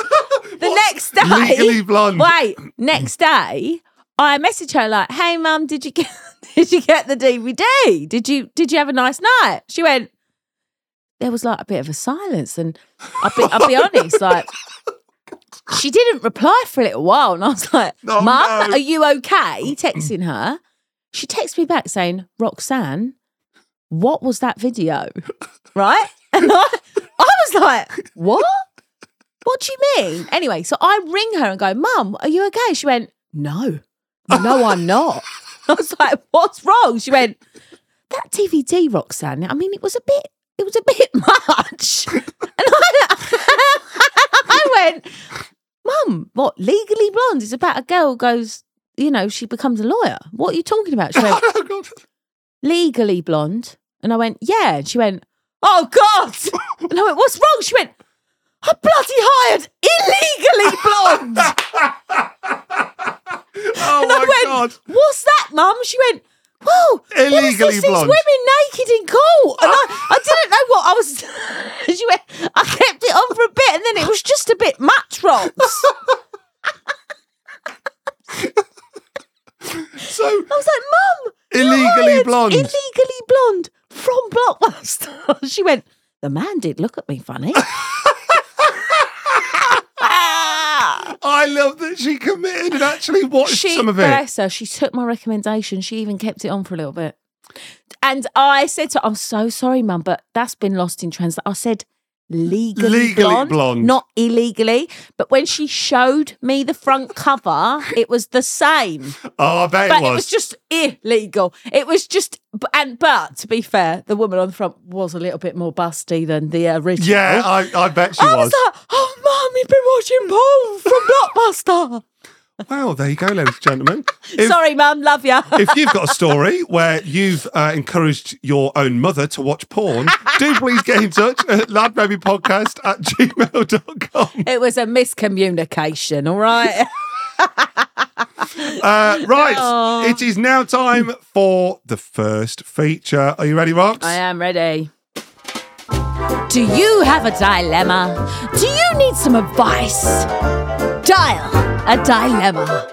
Speaker 2: the next day.
Speaker 1: Legally blonde.
Speaker 2: Wait, next day I message her like, "Hey, mum, did you get [LAUGHS] did you get the DVD? Did you did you have a nice night?" She went. There was like a bit of a silence, and I'll be, I'll be honest, like she didn't reply for a little while, and I was like,
Speaker 1: [LAUGHS] Oh,
Speaker 2: "Mum,
Speaker 1: no.
Speaker 2: are you okay?" Texting her, she texts me back saying, "Roxanne, what was that video?" Right, [LAUGHS] and I, I was like, "What?" what do you mean? Anyway, so I ring her and go, Mum, are you okay? She went, No, no, I'm not. I was like, What's wrong? She went, That DVD, Roxanne, I mean, it was a bit, it was a bit [LAUGHS] much. And I, [LAUGHS] I went, Mum, what? Legally Blonde is about a girl who goes, you know, she becomes a lawyer. What are you talking about? She
Speaker 1: [LAUGHS]
Speaker 2: went,
Speaker 1: [LAUGHS] Oh, God.
Speaker 2: legally blonde? And I went, yeah. And she went, oh God. And I went, what's wrong? She went, I bloody hired illegally blonde. [LAUGHS]
Speaker 1: Oh,
Speaker 2: and I
Speaker 1: my
Speaker 2: went,
Speaker 1: God.
Speaker 2: what's that, mum? She went, whoa, there was
Speaker 1: Illegally
Speaker 2: this,
Speaker 1: blonde.
Speaker 2: These women naked in court. And I, I didn't know what I was. [LAUGHS] she went, I kept it on for a bit and then it was just a bit much
Speaker 1: [LAUGHS]
Speaker 2: rocks.
Speaker 1: So,
Speaker 2: I was like, mum, you
Speaker 1: Illegally
Speaker 2: hired
Speaker 1: blonde.
Speaker 2: Illegally blonde from Blockbuster. [LAUGHS] she went, the man did look at
Speaker 1: [LAUGHS]
Speaker 2: me funny. [LAUGHS]
Speaker 1: I love that she committed and actually watched
Speaker 2: she, uh,
Speaker 1: some of it.
Speaker 2: bless her, she took my recommendation. She even kept it on for a little bit. And I said to her, I'm so sorry, mum, but that's been lost in translation. I said, legally,
Speaker 1: Legally
Speaker 2: blonde,
Speaker 1: blonde.
Speaker 2: not illegally. But when she showed me the front cover, it was the same.
Speaker 1: Oh, I bet [LAUGHS]
Speaker 2: But
Speaker 1: it was.
Speaker 2: just illegal. It was just, b- and but to be fair, the woman on the front was a little bit more busty than the original.
Speaker 1: yeah, I, I bet she
Speaker 2: I
Speaker 1: was.
Speaker 2: was like, oh, mum, you've been watching porn
Speaker 1: [LAUGHS]
Speaker 2: from Blockbuster.
Speaker 1: Well, there you go, ladies and
Speaker 2: [LAUGHS]
Speaker 1: gentlemen. If-
Speaker 2: Sorry, mum, love ya. [LAUGHS]
Speaker 1: if you've got a story where you've uh, encouraged your own mother to watch porn, do please get in touch at ladbabypodcast at gmail.com.
Speaker 2: It was a miscommunication, all right?
Speaker 1: Uh, right,
Speaker 2: Oh.
Speaker 1: it is now time for the first feature. Are you ready, Rox?
Speaker 2: [LAUGHS] I am ready. Do you have a dilemma? Do you need some advice? Dial a dilemma.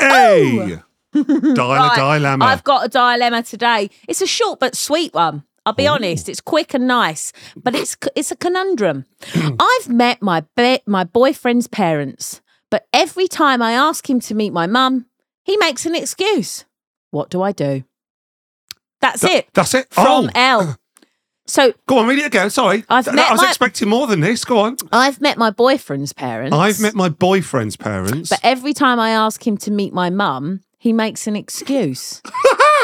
Speaker 1: Hey! Dial a dilemma.
Speaker 2: I've got a dilemma today. It's a short but sweet one. I'll be honest, it's quick and nice, but it's it's
Speaker 1: [CLEARS THROAT]
Speaker 2: a conundrum. I've met my be- my boyfriend's parents, but every time I ask him to meet my mum, he makes an excuse. What do I do? That's it.
Speaker 1: That's it.
Speaker 2: From
Speaker 1: oh,
Speaker 2: L. So
Speaker 1: go on, read it again. Sorry.
Speaker 2: I've
Speaker 1: Th-
Speaker 2: met
Speaker 1: I was
Speaker 2: my-
Speaker 1: expecting more than this. Go on.
Speaker 2: I've met my boyfriend's parents.
Speaker 1: I've met my boyfriend's parents.
Speaker 2: But every time I ask him to meet my mum, he makes an excuse.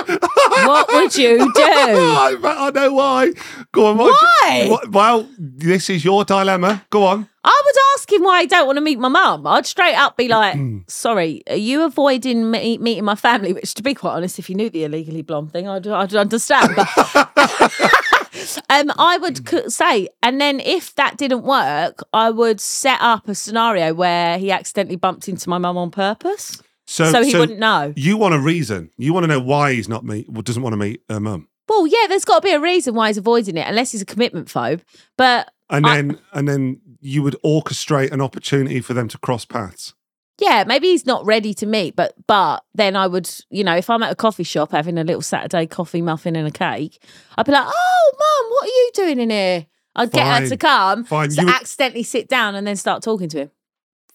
Speaker 2: what would you
Speaker 1: [LAUGHS]
Speaker 2: do?
Speaker 1: I, I know why. Go on. Why?
Speaker 2: oh. Why?
Speaker 1: well, this is your dilemma. Go on.
Speaker 2: I would ask him why he don't want to meet my mum. I'd straight up be like, "Sorry, are you avoiding me- meeting my family?" Which, to be quite honest, if you knew the illegally blonde thing, I'd, I'd understand. But [LAUGHS] um, I would co- say, and then if that didn't work, I would set up a scenario where he accidentally bumped into my mum on purpose,
Speaker 1: Oh, So,
Speaker 2: so he wouldn't know.
Speaker 1: You want a reason. You want to know why he's not meet well, doesn't want to meet her mum.
Speaker 2: Well, yeah, there's got to be a reason why he's avoiding it, unless he's a commitment phobe. But
Speaker 1: And
Speaker 2: I-
Speaker 1: then and then you would orchestrate an opportunity for them to cross paths.
Speaker 2: yeah, maybe he's not ready to meet, but but then I would, you know, if I'm at a coffee shop having a little Saturday coffee muffin and a cake, I'd be like, "Oh, mum, what are you doing in here?" I'd get her to
Speaker 1: Fine.
Speaker 2: come,
Speaker 1: Fine,
Speaker 2: to
Speaker 1: you would-
Speaker 2: accidentally sit down and then start talking to him.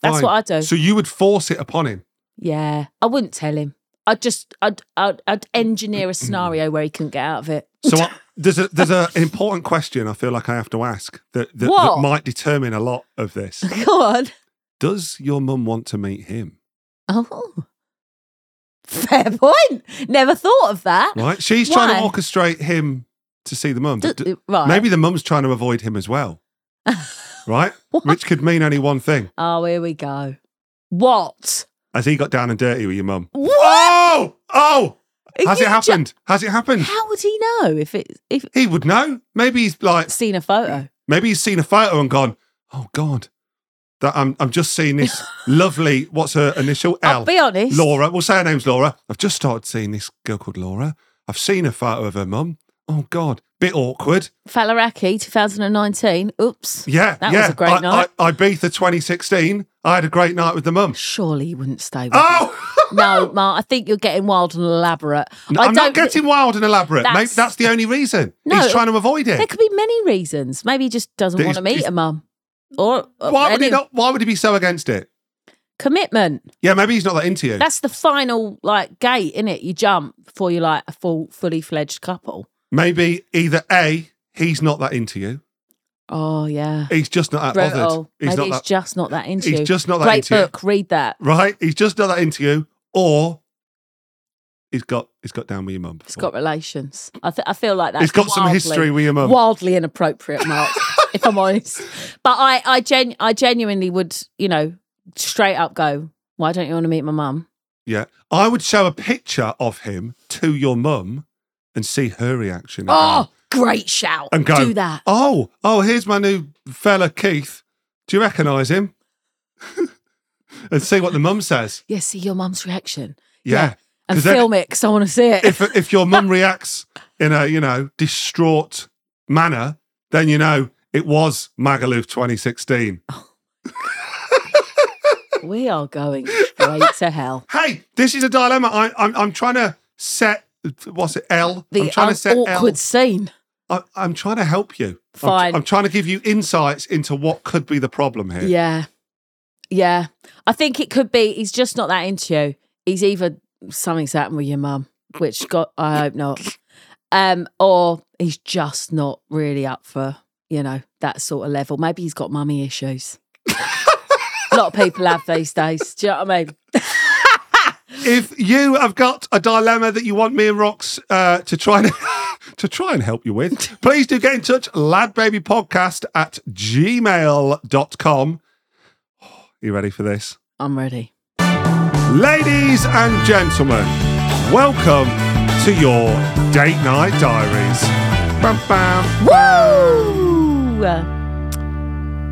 Speaker 2: That's
Speaker 1: Fine.
Speaker 2: what I'd do.
Speaker 1: So you would force it upon him.
Speaker 2: yeah, I wouldn't tell him. I'd just, I'd, I'd, I'd engineer a
Speaker 1: [CLEARS THROAT]
Speaker 2: scenario where he couldn't get out of it. [LAUGHS]
Speaker 1: So I, there's a there's a, an important question I feel like I have to ask that that, that
Speaker 2: What?
Speaker 1: might determine a lot of
Speaker 2: [LAUGHS]
Speaker 1: this.
Speaker 2: Go on.
Speaker 1: Does your mum want to meet him?
Speaker 2: Oh, fair point. Never thought of that.
Speaker 1: Right? She's trying
Speaker 2: Why?
Speaker 1: to orchestrate him to see the mum.
Speaker 2: D-
Speaker 1: but d-
Speaker 2: right.
Speaker 1: Maybe the mum's trying to avoid him as
Speaker 2: [LAUGHS]
Speaker 1: well. right? Which could mean only one thing.
Speaker 2: Oh, here we go. What?
Speaker 1: Has he got down and dirty with your mum?
Speaker 2: What?
Speaker 1: Oh! Oh!
Speaker 2: Are
Speaker 1: Has
Speaker 2: you
Speaker 1: it
Speaker 2: jo-
Speaker 1: happened? Has it happened?
Speaker 2: How would he know if it if
Speaker 1: He would know. Maybe he's like,
Speaker 2: seen a photo?
Speaker 1: maybe he's seen a photo and gone, oh God, that I'm, I'm just seeing
Speaker 2: [LAUGHS]
Speaker 1: this lovely, what's her initial?
Speaker 2: i
Speaker 1: L.
Speaker 2: I'll be honest.
Speaker 1: Laura. We'll say her name's Laura. I've just started seeing this girl called Laura. I've seen a photo of her mum. Oh God, bit awkward.
Speaker 2: Falaraki, 2019. Oops.
Speaker 1: Yeah,
Speaker 2: That was
Speaker 1: yeah.
Speaker 2: a great
Speaker 1: I,
Speaker 2: night.
Speaker 1: I, Ibiza 2016. I had a great night with the mum.
Speaker 2: Surely you wouldn't stay with him.
Speaker 1: Oh, [LAUGHS]
Speaker 2: No, Mark, I think you're getting wild and elaborate. I
Speaker 1: I'm not getting wild and elaborate. Maybe
Speaker 2: That's-
Speaker 1: that's the only reason
Speaker 2: No.
Speaker 1: he's trying to avoid
Speaker 2: There
Speaker 1: it.
Speaker 2: could be many reasons. Maybe he just doesn't
Speaker 1: This-
Speaker 2: want to meet
Speaker 1: this-
Speaker 2: a mum. Or or
Speaker 1: Why would he
Speaker 2: any-
Speaker 1: not? Why would he be so against it?
Speaker 2: commitment.
Speaker 1: Yeah, maybe he's not that into you.
Speaker 2: That's the final like gate, is it? You jump before you're like a full, fully fledged couple.
Speaker 1: Maybe either A, he's not that into you.
Speaker 2: Oh yeah.
Speaker 1: He's just not that bothered.
Speaker 2: Brutal.
Speaker 1: He's
Speaker 2: oh, Maybe
Speaker 1: not
Speaker 2: he's
Speaker 1: that.
Speaker 2: just not that into
Speaker 1: he's
Speaker 2: you.
Speaker 1: just not that
Speaker 2: Great
Speaker 1: into
Speaker 2: book. Read that.
Speaker 1: you. Right? He's just not that into you. Or he's got he's got down with your mum.
Speaker 2: It's
Speaker 1: before.
Speaker 2: got relations. I, th- I feel like that.
Speaker 1: he's got some history with um, your mum.
Speaker 2: Wildly
Speaker 1: [LAUGHS]
Speaker 2: inappropriate, Mark. if I'm honest, but I, I, gen- I genuinely would, you know, straight up go. Why don't you want to meet my mum?
Speaker 1: Yeah. I would show a picture of him to your mum and see her reaction.
Speaker 2: Oh, great shout!
Speaker 1: and go,
Speaker 2: Do that.
Speaker 1: Oh, oh, here's my new fella Keith. Do you recognise him? [LAUGHS] and see what the mum says.
Speaker 2: Yeah, see your mum's reaction
Speaker 1: Yeah.
Speaker 2: and
Speaker 1: 'Cause then-
Speaker 2: film it because I want to see it.
Speaker 1: if if your mum reacts in a you know distraught manner, then you know it was Magaluf 2016.
Speaker 2: we are going straight to hell.
Speaker 1: Hey, this is a dilemma. I, I'm I'm trying to set what's it L.
Speaker 2: The
Speaker 1: I'm trying
Speaker 2: un-
Speaker 1: to set
Speaker 2: awkward scene.
Speaker 1: L. I, I'm trying to help you. I'm tr-
Speaker 2: Fine.
Speaker 1: I'm, trying to give you insights into what could be the problem here.
Speaker 2: Yeah. Yeah. I think it could be he's just not that into you. He's either something's happened with your mum, which got I
Speaker 1: [LAUGHS]
Speaker 2: hope not. Um, or he's just not really up for, you know, that sort of level. Maybe he's got mummy
Speaker 1: [LAUGHS]
Speaker 2: issues. a lot of people have these days. Do you know what I mean?
Speaker 1: If you have got a dilemma that you want me and Rox uh, to try and [LAUGHS] to try and help you
Speaker 2: [LAUGHS]
Speaker 1: with, please do get in touch, ladbabypodcast at gmail.com. Oh, You ready for this?
Speaker 2: I'm ready.
Speaker 1: Ladies and gentlemen, welcome to your date night diaries. Bam, bam.
Speaker 2: Woo!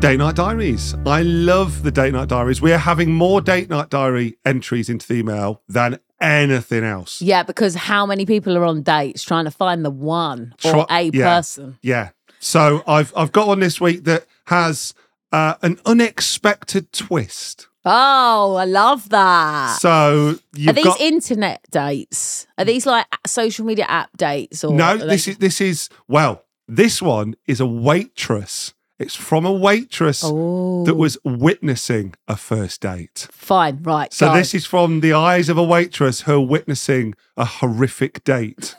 Speaker 1: Date night diaries. I love the date night diaries. We are having more date night diary entries into the email than anything else.
Speaker 2: Yeah, because how many people are on dates trying to find the one or
Speaker 1: Try-
Speaker 2: a
Speaker 1: yeah.
Speaker 2: person?
Speaker 1: Yeah. So I've I've got one this week that has uh, an unexpected twist.
Speaker 2: Oh, I love that.
Speaker 1: So
Speaker 2: Ah. Are
Speaker 1: you've
Speaker 2: these
Speaker 1: got
Speaker 2: internet dates? Are these like a- social media app dates? Or
Speaker 1: no. This is this is well. This one is a waitress. It's from a waitress
Speaker 2: oh,
Speaker 1: that was witnessing a first date.
Speaker 2: fine, right?
Speaker 1: So
Speaker 2: go.
Speaker 1: this is from the eyes of a waitress who are witnessing a horrific date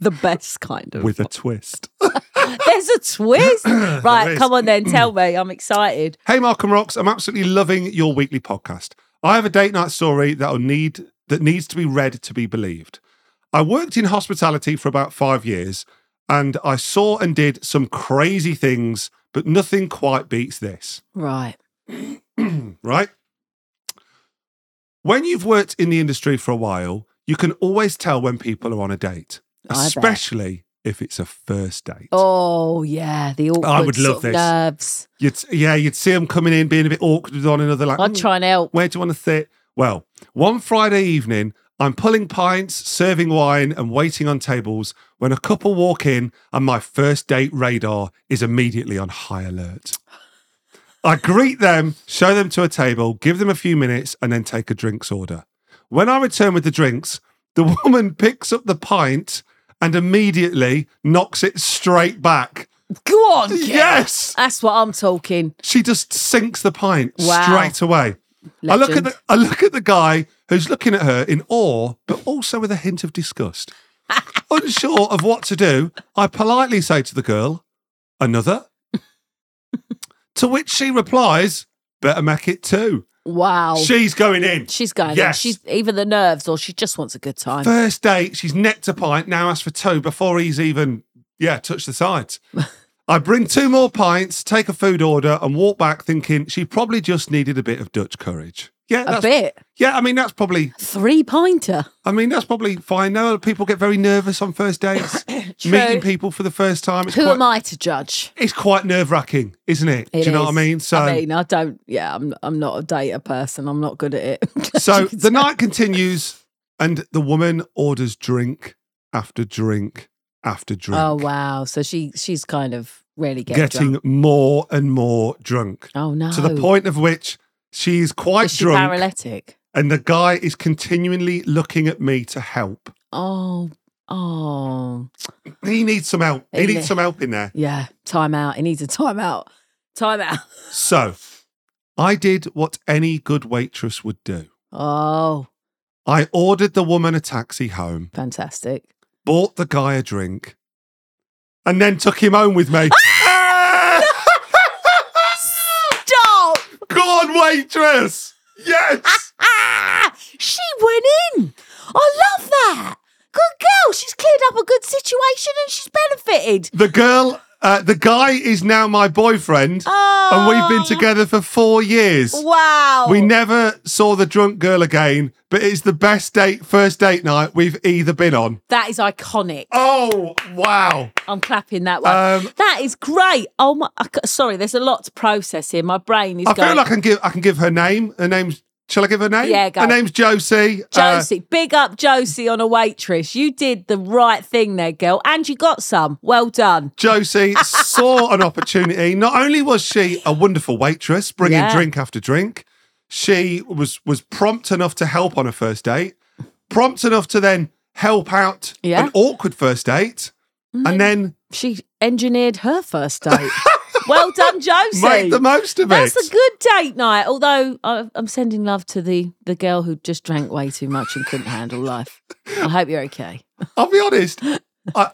Speaker 2: the best kind of.
Speaker 1: with a twist.
Speaker 2: [LAUGHS] There's a
Speaker 1: [COUGHS]
Speaker 2: twist, right?
Speaker 1: is. [CLEARS THROAT]
Speaker 2: Come on, then tell me. I'm excited.
Speaker 1: Hey, Malcolm Rocks, I'm absolutely loving your weekly podcast. I have a date night story that'll need that needs to be read to be believed. I worked in hospitality for about five years, and I saw and did some crazy things, but nothing quite beats this
Speaker 2: Right.
Speaker 1: right? When you've worked in the industry for a while, you can always tell when people are on a date,
Speaker 2: I bet.
Speaker 1: especially if it's a first date.
Speaker 2: Oh yeah, the awkward
Speaker 1: I would
Speaker 2: sort
Speaker 1: love
Speaker 2: of
Speaker 1: this.
Speaker 2: nerves.
Speaker 1: You'd, yeah, you'd see them coming in, being a bit awkward with one another, like,
Speaker 2: I'd
Speaker 1: "Mm,
Speaker 2: try and help.
Speaker 1: where do you want to sit? Well, one Friday evening, I'm pulling pints, serving wine, and waiting on tables when a couple walk in, and my first date radar is immediately on high alert. I greet them, show them to a table, give them a few minutes, and then take a drinks order. When I return with the drinks, the [LAUGHS] woman picks up the pint and immediately knocks it straight back.
Speaker 2: Go on. Kev.
Speaker 1: Yes!
Speaker 2: That's what I'm talking.
Speaker 1: She just sinks the pint
Speaker 2: Wow.
Speaker 1: straight away. I look at
Speaker 2: Legend.
Speaker 1: the I look at the guy who's looking at her in awe, but also with a hint of
Speaker 2: [LAUGHS]
Speaker 1: disgust. Unsure of what to do, I politely say to the girl,
Speaker 2: [LAUGHS]
Speaker 1: "Another." to which she replies, "Better make it two.
Speaker 2: Wow.
Speaker 1: She's going in.
Speaker 2: she's going. in.
Speaker 1: Yes.
Speaker 2: She's either the nerves or she just wants a good time.
Speaker 1: First date, she's necked a pint, now asked for two before he's even, yeah, touched the
Speaker 2: [LAUGHS]
Speaker 1: sides. I bring two more pints, take a food order, and walk back thinking she probably just needed a bit of Dutch courage. Yeah,
Speaker 2: a
Speaker 1: that's,
Speaker 2: bit.
Speaker 1: yeah, I mean, that's probably
Speaker 2: Three pinter.
Speaker 1: I mean, that's probably fine. No, people get very nervous on first dates,
Speaker 2: [COUGHS]
Speaker 1: [LAUGHS]
Speaker 2: True.
Speaker 1: meeting people for the first time. It's
Speaker 2: Who
Speaker 1: quite,
Speaker 2: am I to judge?
Speaker 1: It's quite nerve wracking, isn't it?
Speaker 2: It
Speaker 1: Do you know what I
Speaker 2: is.
Speaker 1: mean? So,
Speaker 2: I [LAUGHS] mean, I don't. Yeah, I'm. I'm not a data person. I'm not good at it. [LAUGHS]
Speaker 1: so the night continues, and the woman orders drink after drink after drink,
Speaker 2: oh wow. So she she's kind of really getting.
Speaker 1: getting
Speaker 2: drunk.
Speaker 1: more and more drunk
Speaker 2: Oh no.
Speaker 1: to the point of which she is quite
Speaker 2: Is she
Speaker 1: drunk,
Speaker 2: paralytic?
Speaker 1: and the guy is continually looking at me to help.
Speaker 2: Oh. Oh.
Speaker 1: He needs some help. He
Speaker 2: Isn't
Speaker 1: needs
Speaker 2: it?
Speaker 1: some help in there.
Speaker 2: Yeah, time out. He needs a time out. Time out. [LAUGHS]
Speaker 1: So, I did what any good waitress would do.
Speaker 2: Oh,
Speaker 1: I ordered the woman a taxi home,
Speaker 2: fantastic.
Speaker 1: bought the guy a drink, and then took him home
Speaker 2: [LAUGHS]
Speaker 1: with me. [LAUGHS]
Speaker 2: Stop!
Speaker 1: God, waitress!
Speaker 2: [LAUGHS]
Speaker 1: Yes!
Speaker 2: Ah! She went in. I love that. Good girl. She's cleared up a good situation and she's benefited.
Speaker 1: The girl, uh, the guy is now my boyfriend,
Speaker 2: Oh.
Speaker 1: and we've been together for four years.
Speaker 2: Wow.
Speaker 1: We never saw the drunk girl again, but it's the best date, first date night we've either been on.
Speaker 2: that is iconic.
Speaker 1: Oh, wow.
Speaker 2: I'm clapping that one.
Speaker 1: Um,
Speaker 2: that is great. Oh my! I c- sorry, there's a lot to process here. My brain is
Speaker 1: I
Speaker 2: going.
Speaker 1: feel like I can give I can give her name. Her name's shall I give her name?
Speaker 2: Yeah, go.
Speaker 1: Her name's Josie. Uh,
Speaker 2: Josie, big up Josie on a waitress. You did the right thing there, girl, and you got some. Well done. [LAUGHS]
Speaker 1: Josie saw an opportunity. Not only was she a wonderful waitress, bringing
Speaker 2: Yeah.
Speaker 1: drink after drink, she was was prompt enough to help on her first date, prompt enough to then help out
Speaker 2: Yeah. Mm-hmm.
Speaker 1: an awkward first date, and then
Speaker 2: She engineered her first
Speaker 1: [LAUGHS]
Speaker 2: date. well done, Josie.
Speaker 1: make the most of
Speaker 2: That's
Speaker 1: it.
Speaker 2: a good date night. Although I, I'm sending love to the the girl who just drank way too much and couldn't handle life. I hope you're okay.
Speaker 1: I'll be honest. I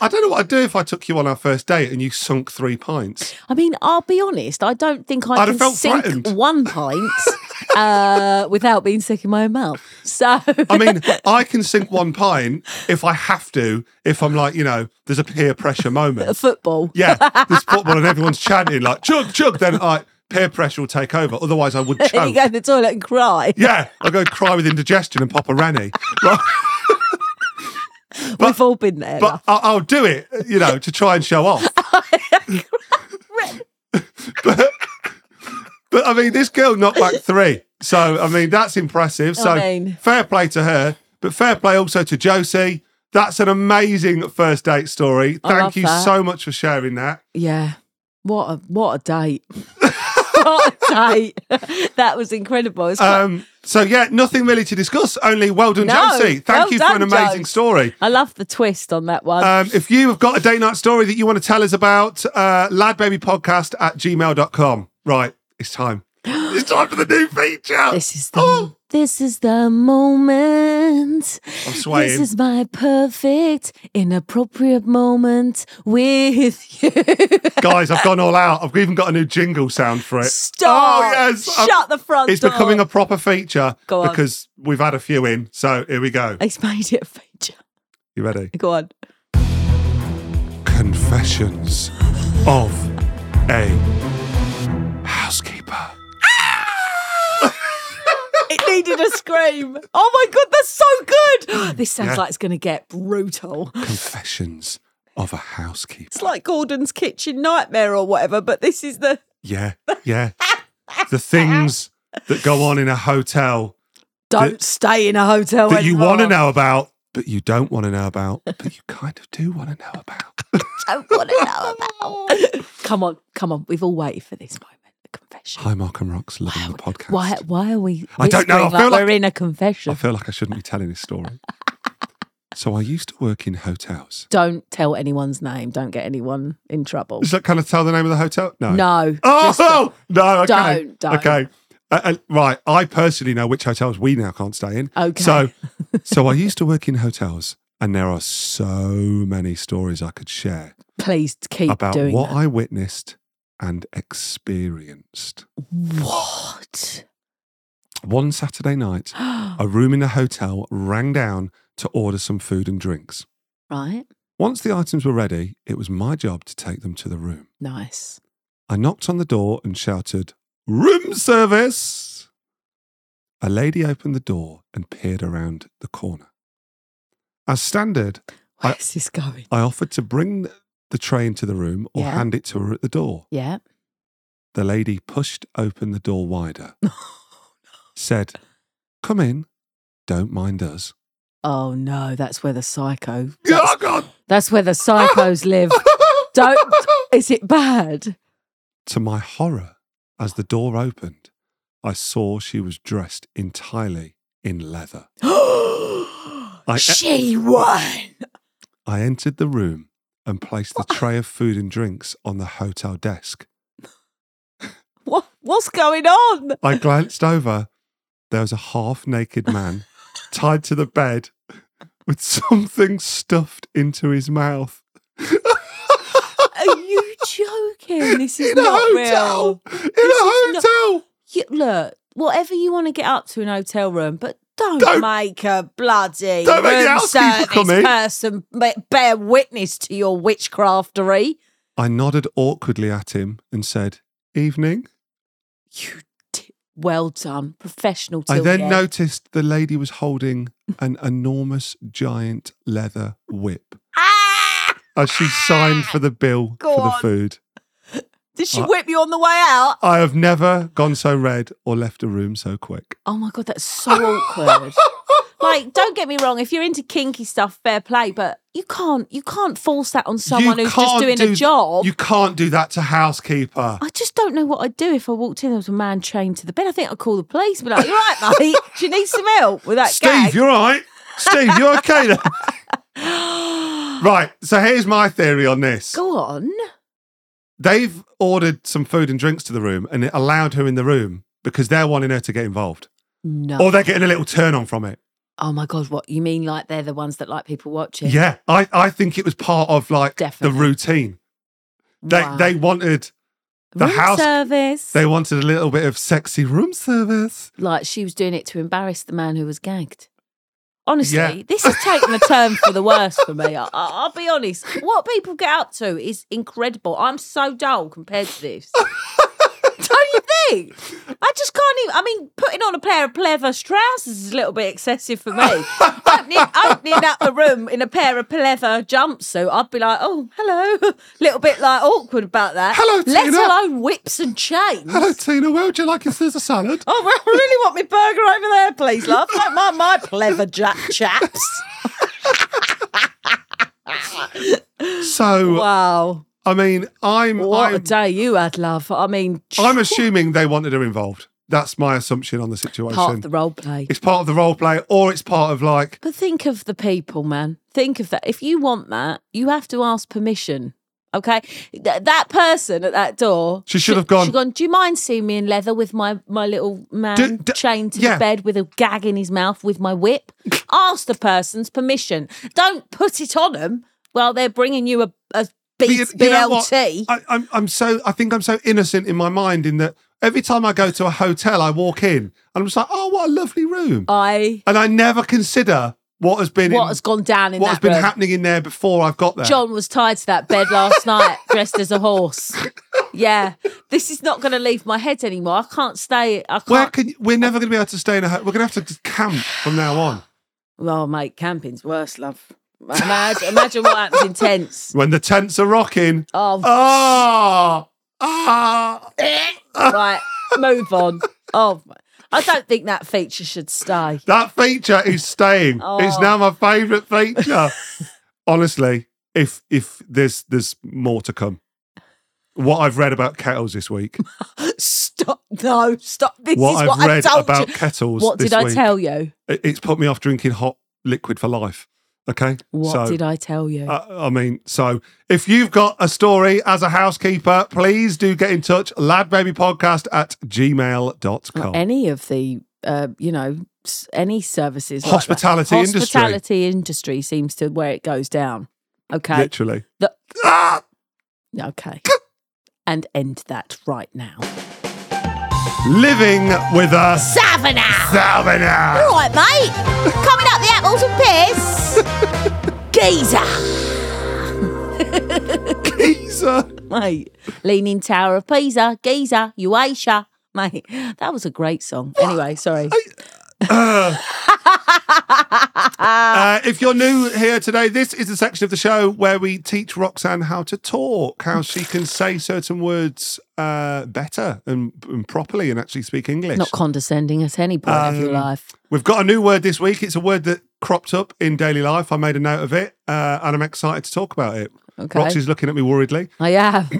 Speaker 1: I don't know what I'd do if I took you on our first date and you sunk three pints.
Speaker 2: I mean, I'll be honest. I don't think I
Speaker 1: I'd have
Speaker 2: can
Speaker 1: felt
Speaker 2: sink
Speaker 1: threatened.
Speaker 2: one pint
Speaker 1: [LAUGHS]
Speaker 2: uh, without being sick in my own mouth. So
Speaker 1: I mean, I can sink one pint if I have to, if I'm like, you know, there's a peer pressure moment.
Speaker 2: [LAUGHS] football. [LAUGHS]
Speaker 1: Yeah, there's football and everyone's chanting like chug chug. Then I peer pressure will take over. Otherwise, I
Speaker 2: [LAUGHS]
Speaker 1: would
Speaker 2: Then
Speaker 1: choke.
Speaker 2: you go to the toilet and cry.
Speaker 1: Yeah, I go cry with indigestion and pop a ranny. Right,
Speaker 2: We've all been there.
Speaker 1: but I- I'll do it, you know, to try and show
Speaker 2: [LAUGHS]
Speaker 1: off. [LAUGHS] but, but I mean, this girl knocked back three. So I mean, that's impressive. So
Speaker 2: I mean-
Speaker 1: fair play to her, but fair play also to Josie. That's an amazing first date story.
Speaker 2: I love
Speaker 1: Thank you
Speaker 2: that.
Speaker 1: so much for sharing that.
Speaker 2: Yeah. What a what a date.
Speaker 1: [LAUGHS]
Speaker 2: what a date. [LAUGHS] that was incredible. It's quite-
Speaker 1: Um, so yeah, nothing really to discuss. Only well done,
Speaker 2: No,
Speaker 1: Josie. Thank
Speaker 2: well
Speaker 1: you for an
Speaker 2: done,
Speaker 1: amazing
Speaker 2: Jo.
Speaker 1: story.
Speaker 2: I love the twist on that one.
Speaker 1: Um, if you have got a date night story that you want to tell us about, uh, ladbabypodcast at gmail.com. Right, it's
Speaker 2: [GASPS]
Speaker 1: time. It's time for the new feature.
Speaker 2: this is the
Speaker 1: Oh.
Speaker 2: this is the moment
Speaker 1: I'm swaying.
Speaker 2: This is [LAUGHS] my perfect, inappropriate moment with you. [LAUGHS]
Speaker 1: Guys, I've gone all out. I've even got a new jingle sound for it.
Speaker 2: Stop.
Speaker 1: Oh, yes.
Speaker 2: Shut
Speaker 1: I've-
Speaker 2: the front
Speaker 1: It's
Speaker 2: door.
Speaker 1: becoming a proper feature
Speaker 2: Go on.
Speaker 1: because we've had a few in. So here we go.
Speaker 2: It's made it a feature. [LAUGHS]
Speaker 1: You ready?
Speaker 2: Go on.
Speaker 1: Confessions of a
Speaker 2: [GASPS]
Speaker 1: Housekeeper.
Speaker 2: It needed a scream. Oh my god, that's so
Speaker 1: [GASPS]
Speaker 2: good. This sounds like it's going to get brutal.
Speaker 1: Confessions of a Housekeeper.
Speaker 2: It's like Gordon's kitchen nightmare or whatever, but this is the
Speaker 1: Yeah, yeah. the things that go on in a hotel
Speaker 2: don't stay in a hotel
Speaker 1: that you
Speaker 2: anymore.
Speaker 1: want to know about, but you don't want to know about, but you kind of do want to know about.
Speaker 2: Don't want to know about. come on, come on. We've all waited for this moment. A confession.
Speaker 1: Hi, Mark and Rox, loving the podcast.
Speaker 2: Why? Why are we?
Speaker 1: Oh, I don't know, I
Speaker 2: whispering
Speaker 1: feel like-
Speaker 2: we're in a
Speaker 1: I
Speaker 2: confession.
Speaker 1: feel like I shouldn't be telling this story. so I used to work in hotels.
Speaker 2: Don't tell anyone's name. Don't get anyone in trouble.
Speaker 1: Does that kind of tell the name of the hotel? No.
Speaker 2: No.
Speaker 1: Oh, [LAUGHS]
Speaker 2: just the-
Speaker 1: no. Okay.
Speaker 2: Don't, don't.
Speaker 1: Okay. Uh, uh, right. I personally know which hotels we now can't stay in.
Speaker 2: Okay. [LAUGHS]
Speaker 1: So, so I used to work in hotels, and there are so many stories I could share
Speaker 2: please keep
Speaker 1: about
Speaker 2: doing
Speaker 1: what
Speaker 2: that.
Speaker 1: I witnessed and experienced.
Speaker 2: what?
Speaker 1: One Saturday night, a room in a hotel rang down to order some food and drinks.
Speaker 2: [GASPS] right.
Speaker 1: Once the items were ready, it was my job to take them to the room.
Speaker 2: Nice.
Speaker 1: I knocked on the door and shouted, Room service! A lady opened the door and peered around the corner. As standard, I-
Speaker 2: Where's this going?
Speaker 1: I offered to bring the tray into the room or
Speaker 2: Yeah.
Speaker 1: hand it to her at the door.
Speaker 2: Yeah.
Speaker 1: The lady pushed open the door wider, said, Come in, don't mind us.
Speaker 2: Oh no, that's where the psycho.
Speaker 1: Oh,
Speaker 2: That's,
Speaker 1: God!
Speaker 2: that's
Speaker 1: [LAUGHS]
Speaker 2: where the psychos live. Don't. Is it bad? [GASPS]
Speaker 1: To my horror, as the door opened, I saw she was dressed entirely in leather. uh,
Speaker 2: she won.
Speaker 1: I entered the room and placed the tray of food and drinks on the hotel desk.
Speaker 2: What? What's going on?
Speaker 1: I glanced over. There was a half naked man tied to the bed with something stuffed into his mouth.
Speaker 2: Are you
Speaker 1: [LAUGHS]
Speaker 2: joking? This is
Speaker 1: In a
Speaker 2: not
Speaker 1: hotel!
Speaker 2: real.
Speaker 1: In a
Speaker 2: is not-
Speaker 1: hotel!
Speaker 2: You- look, whatever you want to get up to in a hotel room, but don't,
Speaker 1: Don't-
Speaker 2: make a bloody
Speaker 1: Don't make the
Speaker 2: room
Speaker 1: housekeeper
Speaker 2: service
Speaker 1: come in.
Speaker 2: person ma- bear witness to your witchcraftery.
Speaker 1: I nodded awkwardly at him and said, Evening.
Speaker 2: You d- well done, professional.
Speaker 1: I
Speaker 2: till
Speaker 1: then
Speaker 2: end.
Speaker 1: noticed the lady was holding an enormous giant leather whip
Speaker 2: Ah!
Speaker 1: as she signed for the bill
Speaker 2: [LAUGHS] Go
Speaker 1: for the
Speaker 2: on.
Speaker 1: food.
Speaker 2: Did she
Speaker 1: I-
Speaker 2: whip you on the way out?
Speaker 1: I have never gone so red or left a room so quick.
Speaker 2: Oh my god, that's
Speaker 1: [LAUGHS]
Speaker 2: so awkward. Like, don't get me wrong. If you're into kinky stuff, fair play, but you can't you can't force that on [LAUGHS] someone
Speaker 1: You
Speaker 2: who's just
Speaker 1: can't
Speaker 2: doing
Speaker 1: do-
Speaker 2: a job.
Speaker 1: You can't do that to
Speaker 2: [LAUGHS]
Speaker 1: housekeeper.
Speaker 2: I just don't know what I'd do if I walked in. There was a man chained to the bed. I think I'd call the police. Be like, "You're right, mate. Do you need some help with that
Speaker 1: Steve,
Speaker 2: gag?"
Speaker 1: you're all right. Steve, you're okay
Speaker 2: [LAUGHS]
Speaker 1: then. right. So here's my theory on this.
Speaker 2: [GASPS] Go on.
Speaker 1: They've ordered some food and drinks to the room, and it allowed her in the room because they're wanting her to get involved,
Speaker 2: No.
Speaker 1: or they're getting a little turn on from it.
Speaker 2: oh my god, what you mean? Like they're the ones that like people watching?
Speaker 1: Yeah, I, I think it was part of like
Speaker 2: Definitely.
Speaker 1: the routine. They
Speaker 2: Wow.
Speaker 1: they wanted the
Speaker 2: Room
Speaker 1: house-
Speaker 2: service.
Speaker 1: they wanted a little bit of sexy room service.
Speaker 2: like she was doing it to embarrass the man who was gagged. Honestly,
Speaker 1: Yeah.
Speaker 2: this is taking a turn for the worse for me. I, I, I'll be honest. What people get up to is incredible. I'm so dull compared to this. Don't you think? I just can't even. I mean, putting on a pair of pleather trousers is a little bit excessive for me. opening, opening up the room in a pair of pleather jumpsuit, I'd be like, oh, hello. [LAUGHS] little bit like awkward about that.
Speaker 1: Hello,
Speaker 2: Let
Speaker 1: Tina.
Speaker 2: alone whips and chains.
Speaker 1: Hello, Tina. Where would you like if there's a
Speaker 2: [LAUGHS]
Speaker 1: salad?
Speaker 2: Oh, well, I really want my burger over there, please, love. Don't mind my clever jack chaps.
Speaker 1: So
Speaker 2: Wow.
Speaker 1: I mean, I'm
Speaker 2: What a
Speaker 1: I'm,
Speaker 2: day you had, love. I mean, [LAUGHS]
Speaker 1: I'm assuming they wanted her involved. That's my assumption on the situation.
Speaker 2: part of the role play.
Speaker 1: it's part of the role play, or it's part of like
Speaker 2: But think of the people, man. Think of that. If you want that, you have to ask permission. Okay, Th- that person at that door.
Speaker 1: She should have gone-
Speaker 2: She gone. Do you mind seeing me in leather with my my little man
Speaker 1: Do- do-
Speaker 2: chained to
Speaker 1: yeah.
Speaker 2: the bed with a gag in his mouth with
Speaker 1: [LAUGHS]
Speaker 2: my whip? Ask the person's permission. Don't put it on them while they're bringing you a, a
Speaker 1: But you-
Speaker 2: beat
Speaker 1: you know what?
Speaker 2: BLT.
Speaker 1: I, I'm, I'm so I think I'm so innocent in my mind in that every time I go to a hotel, I walk in and I'm just like, oh, what a lovely room,
Speaker 2: I
Speaker 1: and I never consider what has been
Speaker 2: what
Speaker 1: in,
Speaker 2: has gone down in
Speaker 1: what
Speaker 2: that
Speaker 1: has been
Speaker 2: room.
Speaker 1: happening in there before I've got there.
Speaker 2: John was tied to that bed [LAUGHS] last night, dressed as a horse. Yeah, this is not going to leave my head anymore. I can't stay. I can't.
Speaker 1: Where can we're never going to be able to stay in a hotel. We're going to have to just camp from now on.
Speaker 2: Well, mate, camping's worse, love. Imagine, imagine what happens in tents.
Speaker 1: When the tents are rocking.
Speaker 2: Oh, [LAUGHS]
Speaker 1: Ah, ah.
Speaker 2: right, move on. Oh, my- I don't think that feature should stay.
Speaker 1: That feature is staying. It's
Speaker 2: Oh.
Speaker 1: now my favourite
Speaker 2: [LAUGHS]
Speaker 1: feature. Honestly, if if there's there's more to come. What I've read about kettles this week.
Speaker 2: Stop! No, stop. [LAUGHS] This is
Speaker 1: What I've
Speaker 2: what I
Speaker 1: read
Speaker 2: told
Speaker 1: about
Speaker 2: you.
Speaker 1: kettles.
Speaker 2: What
Speaker 1: this
Speaker 2: did I
Speaker 1: week.
Speaker 2: tell you?
Speaker 1: It- It's put me off drinking hot liquid for life. Okay.
Speaker 2: What
Speaker 1: so, uh,
Speaker 2: did I tell you?
Speaker 1: I I mean, so if you've got a story as a housekeeper, please do get in touch. Ladbabypodcast at gmail.com.
Speaker 2: Or any of the, uh, you know, s- any services.
Speaker 1: Hospitality
Speaker 2: like that.
Speaker 1: industry.
Speaker 2: Hospitality industry seems to where it goes down. Okay.
Speaker 1: Literally.
Speaker 2: The-
Speaker 1: Ah!
Speaker 2: Okay. and end that right now.
Speaker 1: Living with us.
Speaker 2: Savannah!
Speaker 1: Salvina.
Speaker 2: All right, mate. Coming up the apples and piss.
Speaker 1: [LAUGHS]
Speaker 2: Giza.
Speaker 1: Geezer.
Speaker 2: Mate. Leaning Tower of Pisa. Giza. Uasia. Mate. That was a great song. Anyway, sorry. Ah.
Speaker 1: Uh, if you're new here today, this is the section of the show where we teach Roxanne how to talk, how she can say certain words uh, better and, and properly and actually speak English.
Speaker 2: Not condescending at any point of
Speaker 1: Um,
Speaker 2: your life.
Speaker 1: We've got a new word this week. It's a word that cropped up in daily life. I made a note of it uh, and I'm excited to talk about it.
Speaker 2: Okay.
Speaker 1: Roxy's looking at me worriedly.
Speaker 2: I have.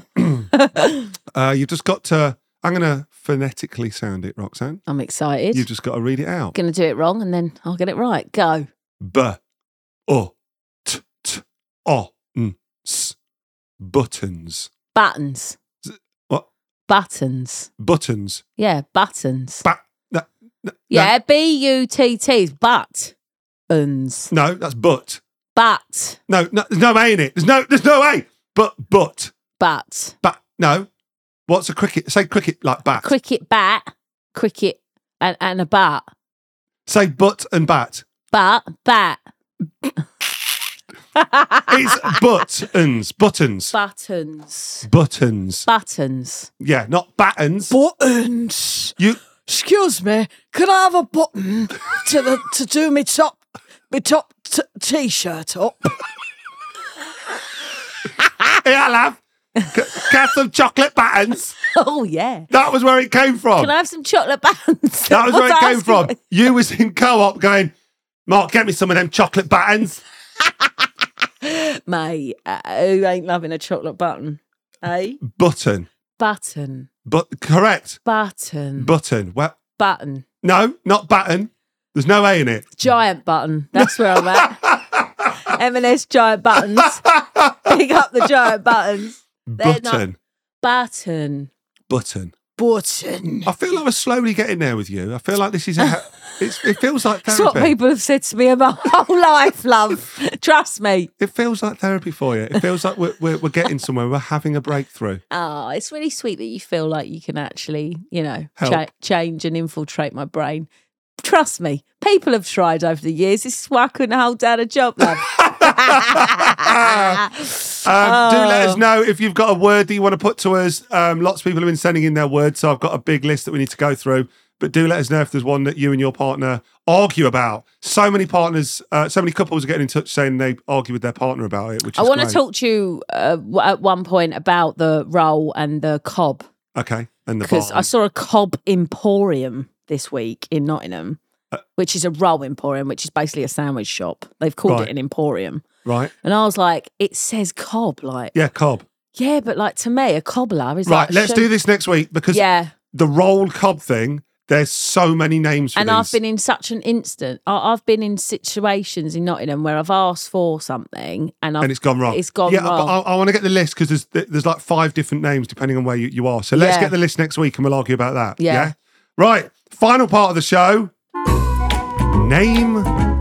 Speaker 1: Uh, you've just got to, I'm going to phonetically sound it, Roxanne.
Speaker 2: I'm excited.
Speaker 1: You've just got to read it out.
Speaker 2: Gonna do it wrong and then I'll get it right. Go.
Speaker 1: B O T T O N S buttons.
Speaker 2: Buttons.
Speaker 1: What?
Speaker 2: Buttons.
Speaker 1: Buttons.
Speaker 2: Yeah, buttons.
Speaker 1: Ba- no, no,
Speaker 2: Yeah, B U T T, but. Uns.
Speaker 1: No, no, that's but.
Speaker 2: But.
Speaker 1: No, no, there's no A in it. There's no, there's no A. But, but,
Speaker 2: But.
Speaker 1: but, no. What's a cricket? Say cricket like bat.
Speaker 2: Cricket bat, cricket and, and a bat.
Speaker 1: Say but and bat.
Speaker 2: But, bat, [LAUGHS]
Speaker 1: It's buttons, buttons,
Speaker 2: buttons.
Speaker 1: buttons.
Speaker 2: Buttons.
Speaker 1: Yeah, not battens.
Speaker 2: Buttons.
Speaker 1: You,
Speaker 2: Excuse me, can I have a button to the to do my top my top t- t-shirt up?
Speaker 1: here, love. Get some chocolate battens.
Speaker 2: [LAUGHS] Oh yeah.
Speaker 1: That was where it came from.
Speaker 2: Can I have some chocolate buttons?
Speaker 1: That was
Speaker 2: [LAUGHS]
Speaker 1: where it
Speaker 2: What's
Speaker 1: came from.
Speaker 2: asking-
Speaker 1: You was in co-op going, Mark, get me some of them chocolate battens.
Speaker 2: Mate, uh, who ain't loving a chocolate button? Eh?
Speaker 1: Button.
Speaker 2: Button.
Speaker 1: But correct.
Speaker 2: Button.
Speaker 1: Button. Well,
Speaker 2: button.
Speaker 1: no, not batten. There's no A in it.
Speaker 2: Giant button. That's where I'm [LAUGHS] at. M&S giant buttons. Pick up the giant buttons. They're not-
Speaker 1: Button.
Speaker 2: Button.
Speaker 1: Button.
Speaker 2: Button.
Speaker 1: I feel like we're slowly getting there with you. I feel like this is
Speaker 2: [LAUGHS]
Speaker 1: a, it's, it feels like
Speaker 2: That's what
Speaker 1: therapy.
Speaker 2: people have said to me about [LAUGHS] whole life, love. Trust me.
Speaker 1: It feels like therapy for you. It feels like we're, we're, we're getting somewhere. We're having a
Speaker 2: [LAUGHS]
Speaker 1: breakthrough.
Speaker 2: Oh, it's really sweet that you feel like you can actually, you know,
Speaker 1: Help.
Speaker 2: cha- change and infiltrate my brain. Trust me, people have tried over the years. This is why I couldn't hold down a job, love.
Speaker 1: Um, Do let
Speaker 2: Oh.
Speaker 1: us know if you've got a word that you want to put to us. Um, lots of people have been sending in their words, so I've got a big list that we need to go through. But do let us know if there's one that you and your partner argue about. So many partners, uh, so many couples are getting in touch saying they argue with their partner about it, which
Speaker 2: I
Speaker 1: is
Speaker 2: want to
Speaker 1: great.
Speaker 2: talk to you uh, w- at one point about the roll and the cob
Speaker 1: Okay, and the
Speaker 2: because I
Speaker 1: barn.
Speaker 2: saw a cob emporium this week in Nottingham,
Speaker 1: Uh,
Speaker 2: which is a roll emporium, which is basically a sandwich shop. They've called
Speaker 1: Right.
Speaker 2: it an emporium.
Speaker 1: right?
Speaker 2: And I was like, it says cob. Like,
Speaker 1: Yeah, cob.
Speaker 2: yeah, but like to me, a cobbler is
Speaker 1: Right,
Speaker 2: like.
Speaker 1: let's do this next week because
Speaker 2: Yeah.
Speaker 1: the roll cob thing There's so many names for
Speaker 2: and
Speaker 1: these.
Speaker 2: I've been in such an instant. I- I've been in situations in Nottingham where I've asked for something and, I've,
Speaker 1: and it's gone wrong.
Speaker 2: It's gone
Speaker 1: yeah,
Speaker 2: wrong.
Speaker 1: but I, I want to get the list because there's there's like five different names depending on where you, you are. So let's
Speaker 2: Yeah.
Speaker 1: get the list next week and we'll argue about that.
Speaker 2: Yeah.
Speaker 1: Right. Final part of the show. Name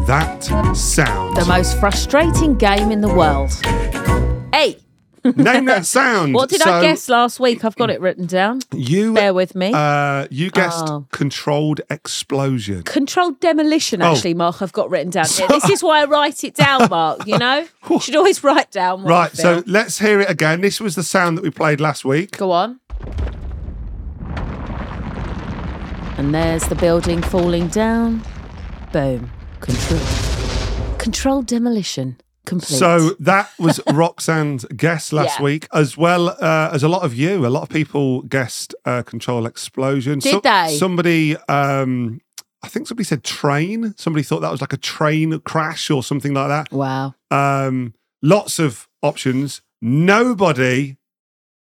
Speaker 1: that sound.
Speaker 2: the most frustrating game in the world. Hey,
Speaker 1: Name
Speaker 2: [LAUGHS]
Speaker 1: that sound.
Speaker 2: what did
Speaker 1: so
Speaker 2: I guess last week? I've got it written down.
Speaker 1: You
Speaker 2: Bear with me.
Speaker 1: uh, you guessed
Speaker 2: Oh.
Speaker 1: controlled explosion.
Speaker 2: Controlled demolition,
Speaker 1: Oh.
Speaker 2: actually, Mark, I've got written down.
Speaker 1: [LAUGHS]
Speaker 2: here. This is why I write it down, Mark, you know? You should always write down what I
Speaker 1: Right. So
Speaker 2: feel.
Speaker 1: let's hear it again. This was the sound that we played last week.
Speaker 2: Go on. And there's the building falling down. Boom. Control. Controlled demolition complete.
Speaker 1: So that
Speaker 2: [LAUGHS]
Speaker 1: was Roxanne's guess last
Speaker 2: Yeah.
Speaker 1: week, as well uh, as a lot of you. A lot of people guessed uh, Control Explosion.
Speaker 2: Did they?
Speaker 1: Somebody, um, I think somebody said train. Somebody thought that was like a train crash or something like that.
Speaker 2: wow.
Speaker 1: Um, lots of options. Nobody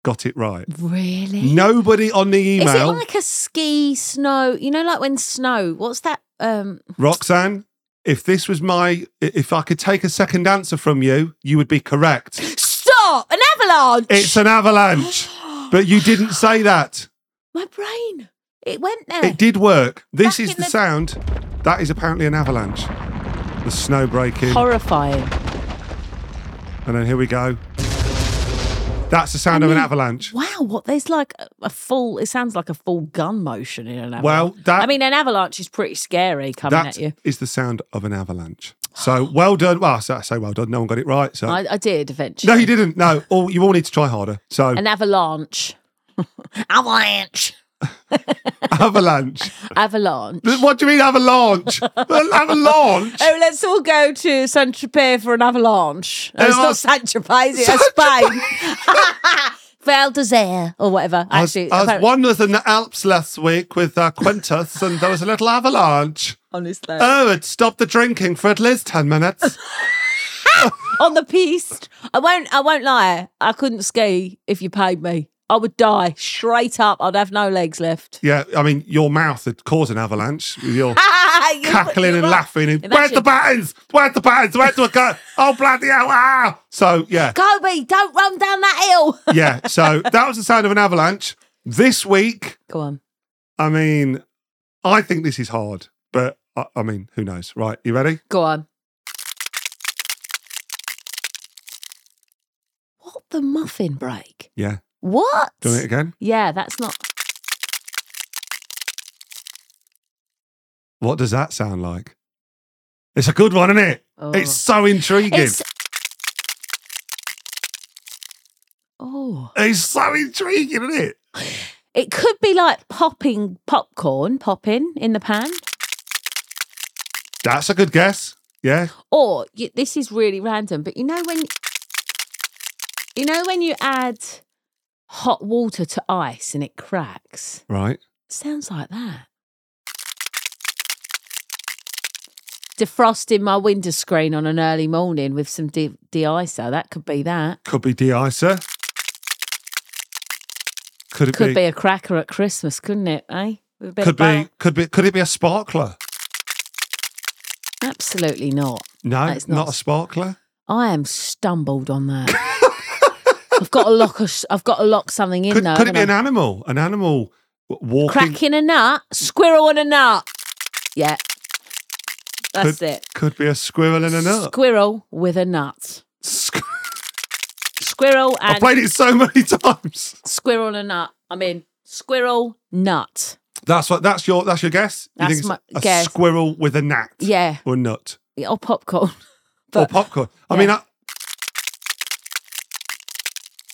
Speaker 1: got it right.
Speaker 2: Really?
Speaker 1: Nobody on the
Speaker 2: Is it
Speaker 1: email.
Speaker 2: like a ski snow? You know, like when snow. What's that? Um,
Speaker 1: Roxanne, if this was my, i- if I could take a second answer from you, you would be correct.
Speaker 2: [GASPS] stop an avalanche.
Speaker 1: It's an avalanche. But you didn't say that.
Speaker 2: My brain. It went there.
Speaker 1: It did work. This
Speaker 2: Back
Speaker 1: is
Speaker 2: in
Speaker 1: the,
Speaker 2: the-
Speaker 1: sound. That is apparently an avalanche. The snow breaking.
Speaker 2: Horrifying.
Speaker 1: and then here we go. That's the sound of
Speaker 2: Mm.
Speaker 1: an avalanche.
Speaker 2: Wow. What? There's like a, a full. It sounds like a full gun motion in an avalanche.
Speaker 1: Well, that-
Speaker 2: I mean, an avalanche is pretty scary coming
Speaker 1: That
Speaker 2: at you.
Speaker 1: is the sound of an avalanche. So well done. Well, I say I say well done. No one got it right. So
Speaker 2: I, I did eventually.
Speaker 1: no, you didn't. No, all, you all need to try harder. So
Speaker 2: An avalanche. avalanche.
Speaker 1: [LAUGHS] avalanche.
Speaker 2: Avalanche.
Speaker 1: what do you mean avalanche? An avalanche.
Speaker 2: Oh, let's all go to Saint Tropez for an avalanche. No, it's
Speaker 1: Oh,
Speaker 2: not Saint Tropez, it's Spain. [LAUGHS] Val d'Isere or whatever.
Speaker 1: I was,
Speaker 2: [LAUGHS] Actually,
Speaker 1: I was
Speaker 2: apparently-
Speaker 1: wandered in the Alps last week with uh, Quintus, and there was a little avalanche.
Speaker 2: honestly,
Speaker 1: Oh, it stopped the drinking for at least ten minutes.
Speaker 2: on the piste. I won't. I won't lie. I couldn't ski if you paid me. I would die straight up. I'd have no legs left. [LAUGHS]
Speaker 1: Yeah, I mean, your mouth had caused an avalanche. with your
Speaker 2: You-
Speaker 1: cackling
Speaker 2: Ah, you're
Speaker 1: and
Speaker 2: right.
Speaker 1: laughing. And,
Speaker 2: Imagine-
Speaker 1: Where's the buttons? Where's the buttons? Where do I go? Oh, bloody hell. Ah! So, yeah.
Speaker 2: Kobe, don't run down that hill.
Speaker 1: Yeah. So that was the sound of an avalanche. This week,
Speaker 2: Go on.
Speaker 1: I mean, I think this is hard, but I, I mean, who knows? Right. You ready?
Speaker 2: Go on. What the muffin break?
Speaker 1: Yeah.
Speaker 2: What?
Speaker 1: Doing it again.
Speaker 2: Yeah, that's not.
Speaker 1: What does that sound like? It's a good one, isn't it?
Speaker 2: Oh.
Speaker 1: It's so intriguing.
Speaker 2: It's-
Speaker 1: It's,
Speaker 2: Oh,
Speaker 1: so intriguing, isn't it?
Speaker 2: it could be like popping popcorn, popping in the pan,
Speaker 1: That's a good guess. Yeah.
Speaker 2: or you, this is really random. But you know when you know when you add hot water to ice and it cracks,
Speaker 1: Right.
Speaker 2: sounds like that. Defrosting my window screen on an early morning with some de- de-icer. That could be that.
Speaker 1: Could be de-icer. Could it
Speaker 2: Could be a cracker at Christmas, couldn't it? Eh? With a bit
Speaker 1: Could
Speaker 2: of bun.
Speaker 1: be. Could be. Could it be a sparkler?
Speaker 2: Absolutely not.
Speaker 1: No,
Speaker 2: It's
Speaker 1: not.
Speaker 2: not.
Speaker 1: a sparkler.
Speaker 2: I am stumbled
Speaker 1: [LAUGHS]
Speaker 2: on that. I've got to lock. A, sh- I've got to lock something in
Speaker 1: Could,
Speaker 2: though.
Speaker 1: could it be an
Speaker 2: haven't I?
Speaker 1: animal? An animal w- walking.
Speaker 2: Cracking a nut, squirrel on a nut. Yeah, that's it.
Speaker 1: Could be a squirrel in a nut.
Speaker 2: Squirrel with a nut.
Speaker 1: Squ- [LAUGHS]
Speaker 2: Squirrel
Speaker 1: I
Speaker 2: and
Speaker 1: played it so many [LAUGHS] times.
Speaker 2: squirrel and a nut. I mean, squirrel nut.
Speaker 1: That's what. That's your. That's your guess. You
Speaker 2: That's
Speaker 1: it's
Speaker 2: my
Speaker 1: a
Speaker 2: guess.
Speaker 1: squirrel with a gnat.
Speaker 2: Yeah,
Speaker 1: Or nut.
Speaker 2: or popcorn. [LAUGHS]
Speaker 1: or
Speaker 2: But-
Speaker 1: popcorn. I
Speaker 2: yeah.
Speaker 1: mean. I,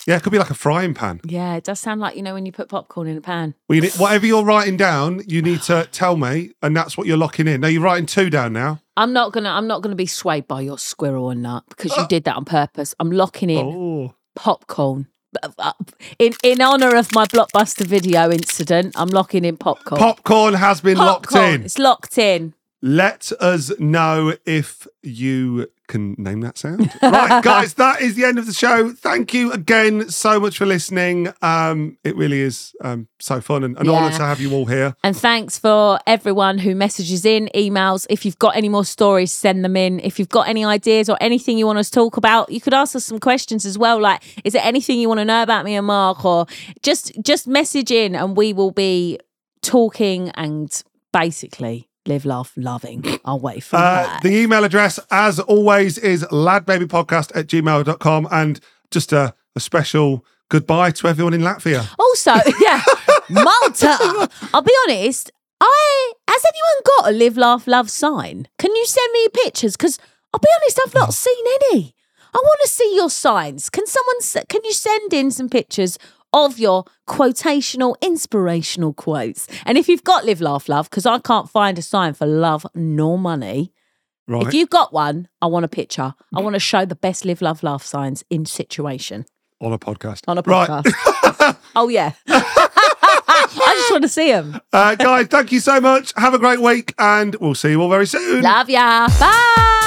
Speaker 1: yeah, it could be like a frying pan.
Speaker 2: Yeah, it does sound like you know when you put popcorn in a pan.
Speaker 1: We
Speaker 2: [SIGHS]
Speaker 1: need, whatever you're writing down, you need to tell me, and that's what you're locking in. Now you're writing two down now.
Speaker 2: I'm not gonna. I'm not gonna be swayed by your squirrel and nut because
Speaker 1: [LAUGHS]
Speaker 2: you did that on purpose. I'm locking in.
Speaker 1: Oh,
Speaker 2: popcorn. uh, In in honor of my blockbuster video incident, I'm locking in popcorn.
Speaker 1: popcorn has been
Speaker 2: popcorn.
Speaker 1: locked in.
Speaker 2: It's locked in.
Speaker 1: Let us know if you can name that sound. [LAUGHS] right, guys, that is the end of the show. Thank you again so much for listening. Um, it really is um, so fun and an honour
Speaker 2: Yeah.
Speaker 1: to have you all here.
Speaker 2: And thanks for everyone who messages in, emails. If you've got any more stories, send them in. If you've got any ideas or anything you want us to talk about, you could ask us some questions as well. Like, is there anything you want to know about me and Mark? Or just just message in and we will be talking and basically live, laugh, loving our way through
Speaker 1: Uh,
Speaker 2: that.
Speaker 1: the email address, as always, is ladbabypodcast at gmail.com. And just a, a special goodbye to everyone in Latvia.
Speaker 2: Also, [LAUGHS] yeah, Malta. I'll be honest. I has anyone got a live, laugh, love sign? Can you send me pictures? Because I'll be honest, I've not seen any. I want to see your signs. Can someone? s- Can you send in some pictures? Of your quotational, inspirational quotes. And if you've got Live, Laugh, Love, because I can't find a sign for love nor money,
Speaker 1: Right.
Speaker 2: if you've got one, I want a picture. I want to show the best Live, Love, Laugh signs in situation
Speaker 1: on a podcast.
Speaker 2: on a
Speaker 1: Right.
Speaker 2: podcast. oh yeah, [LAUGHS] I just want to see him.
Speaker 1: Uh, guys, thank you so much. Have a great week, and we'll see you all very soon.
Speaker 2: Love ya. Bye.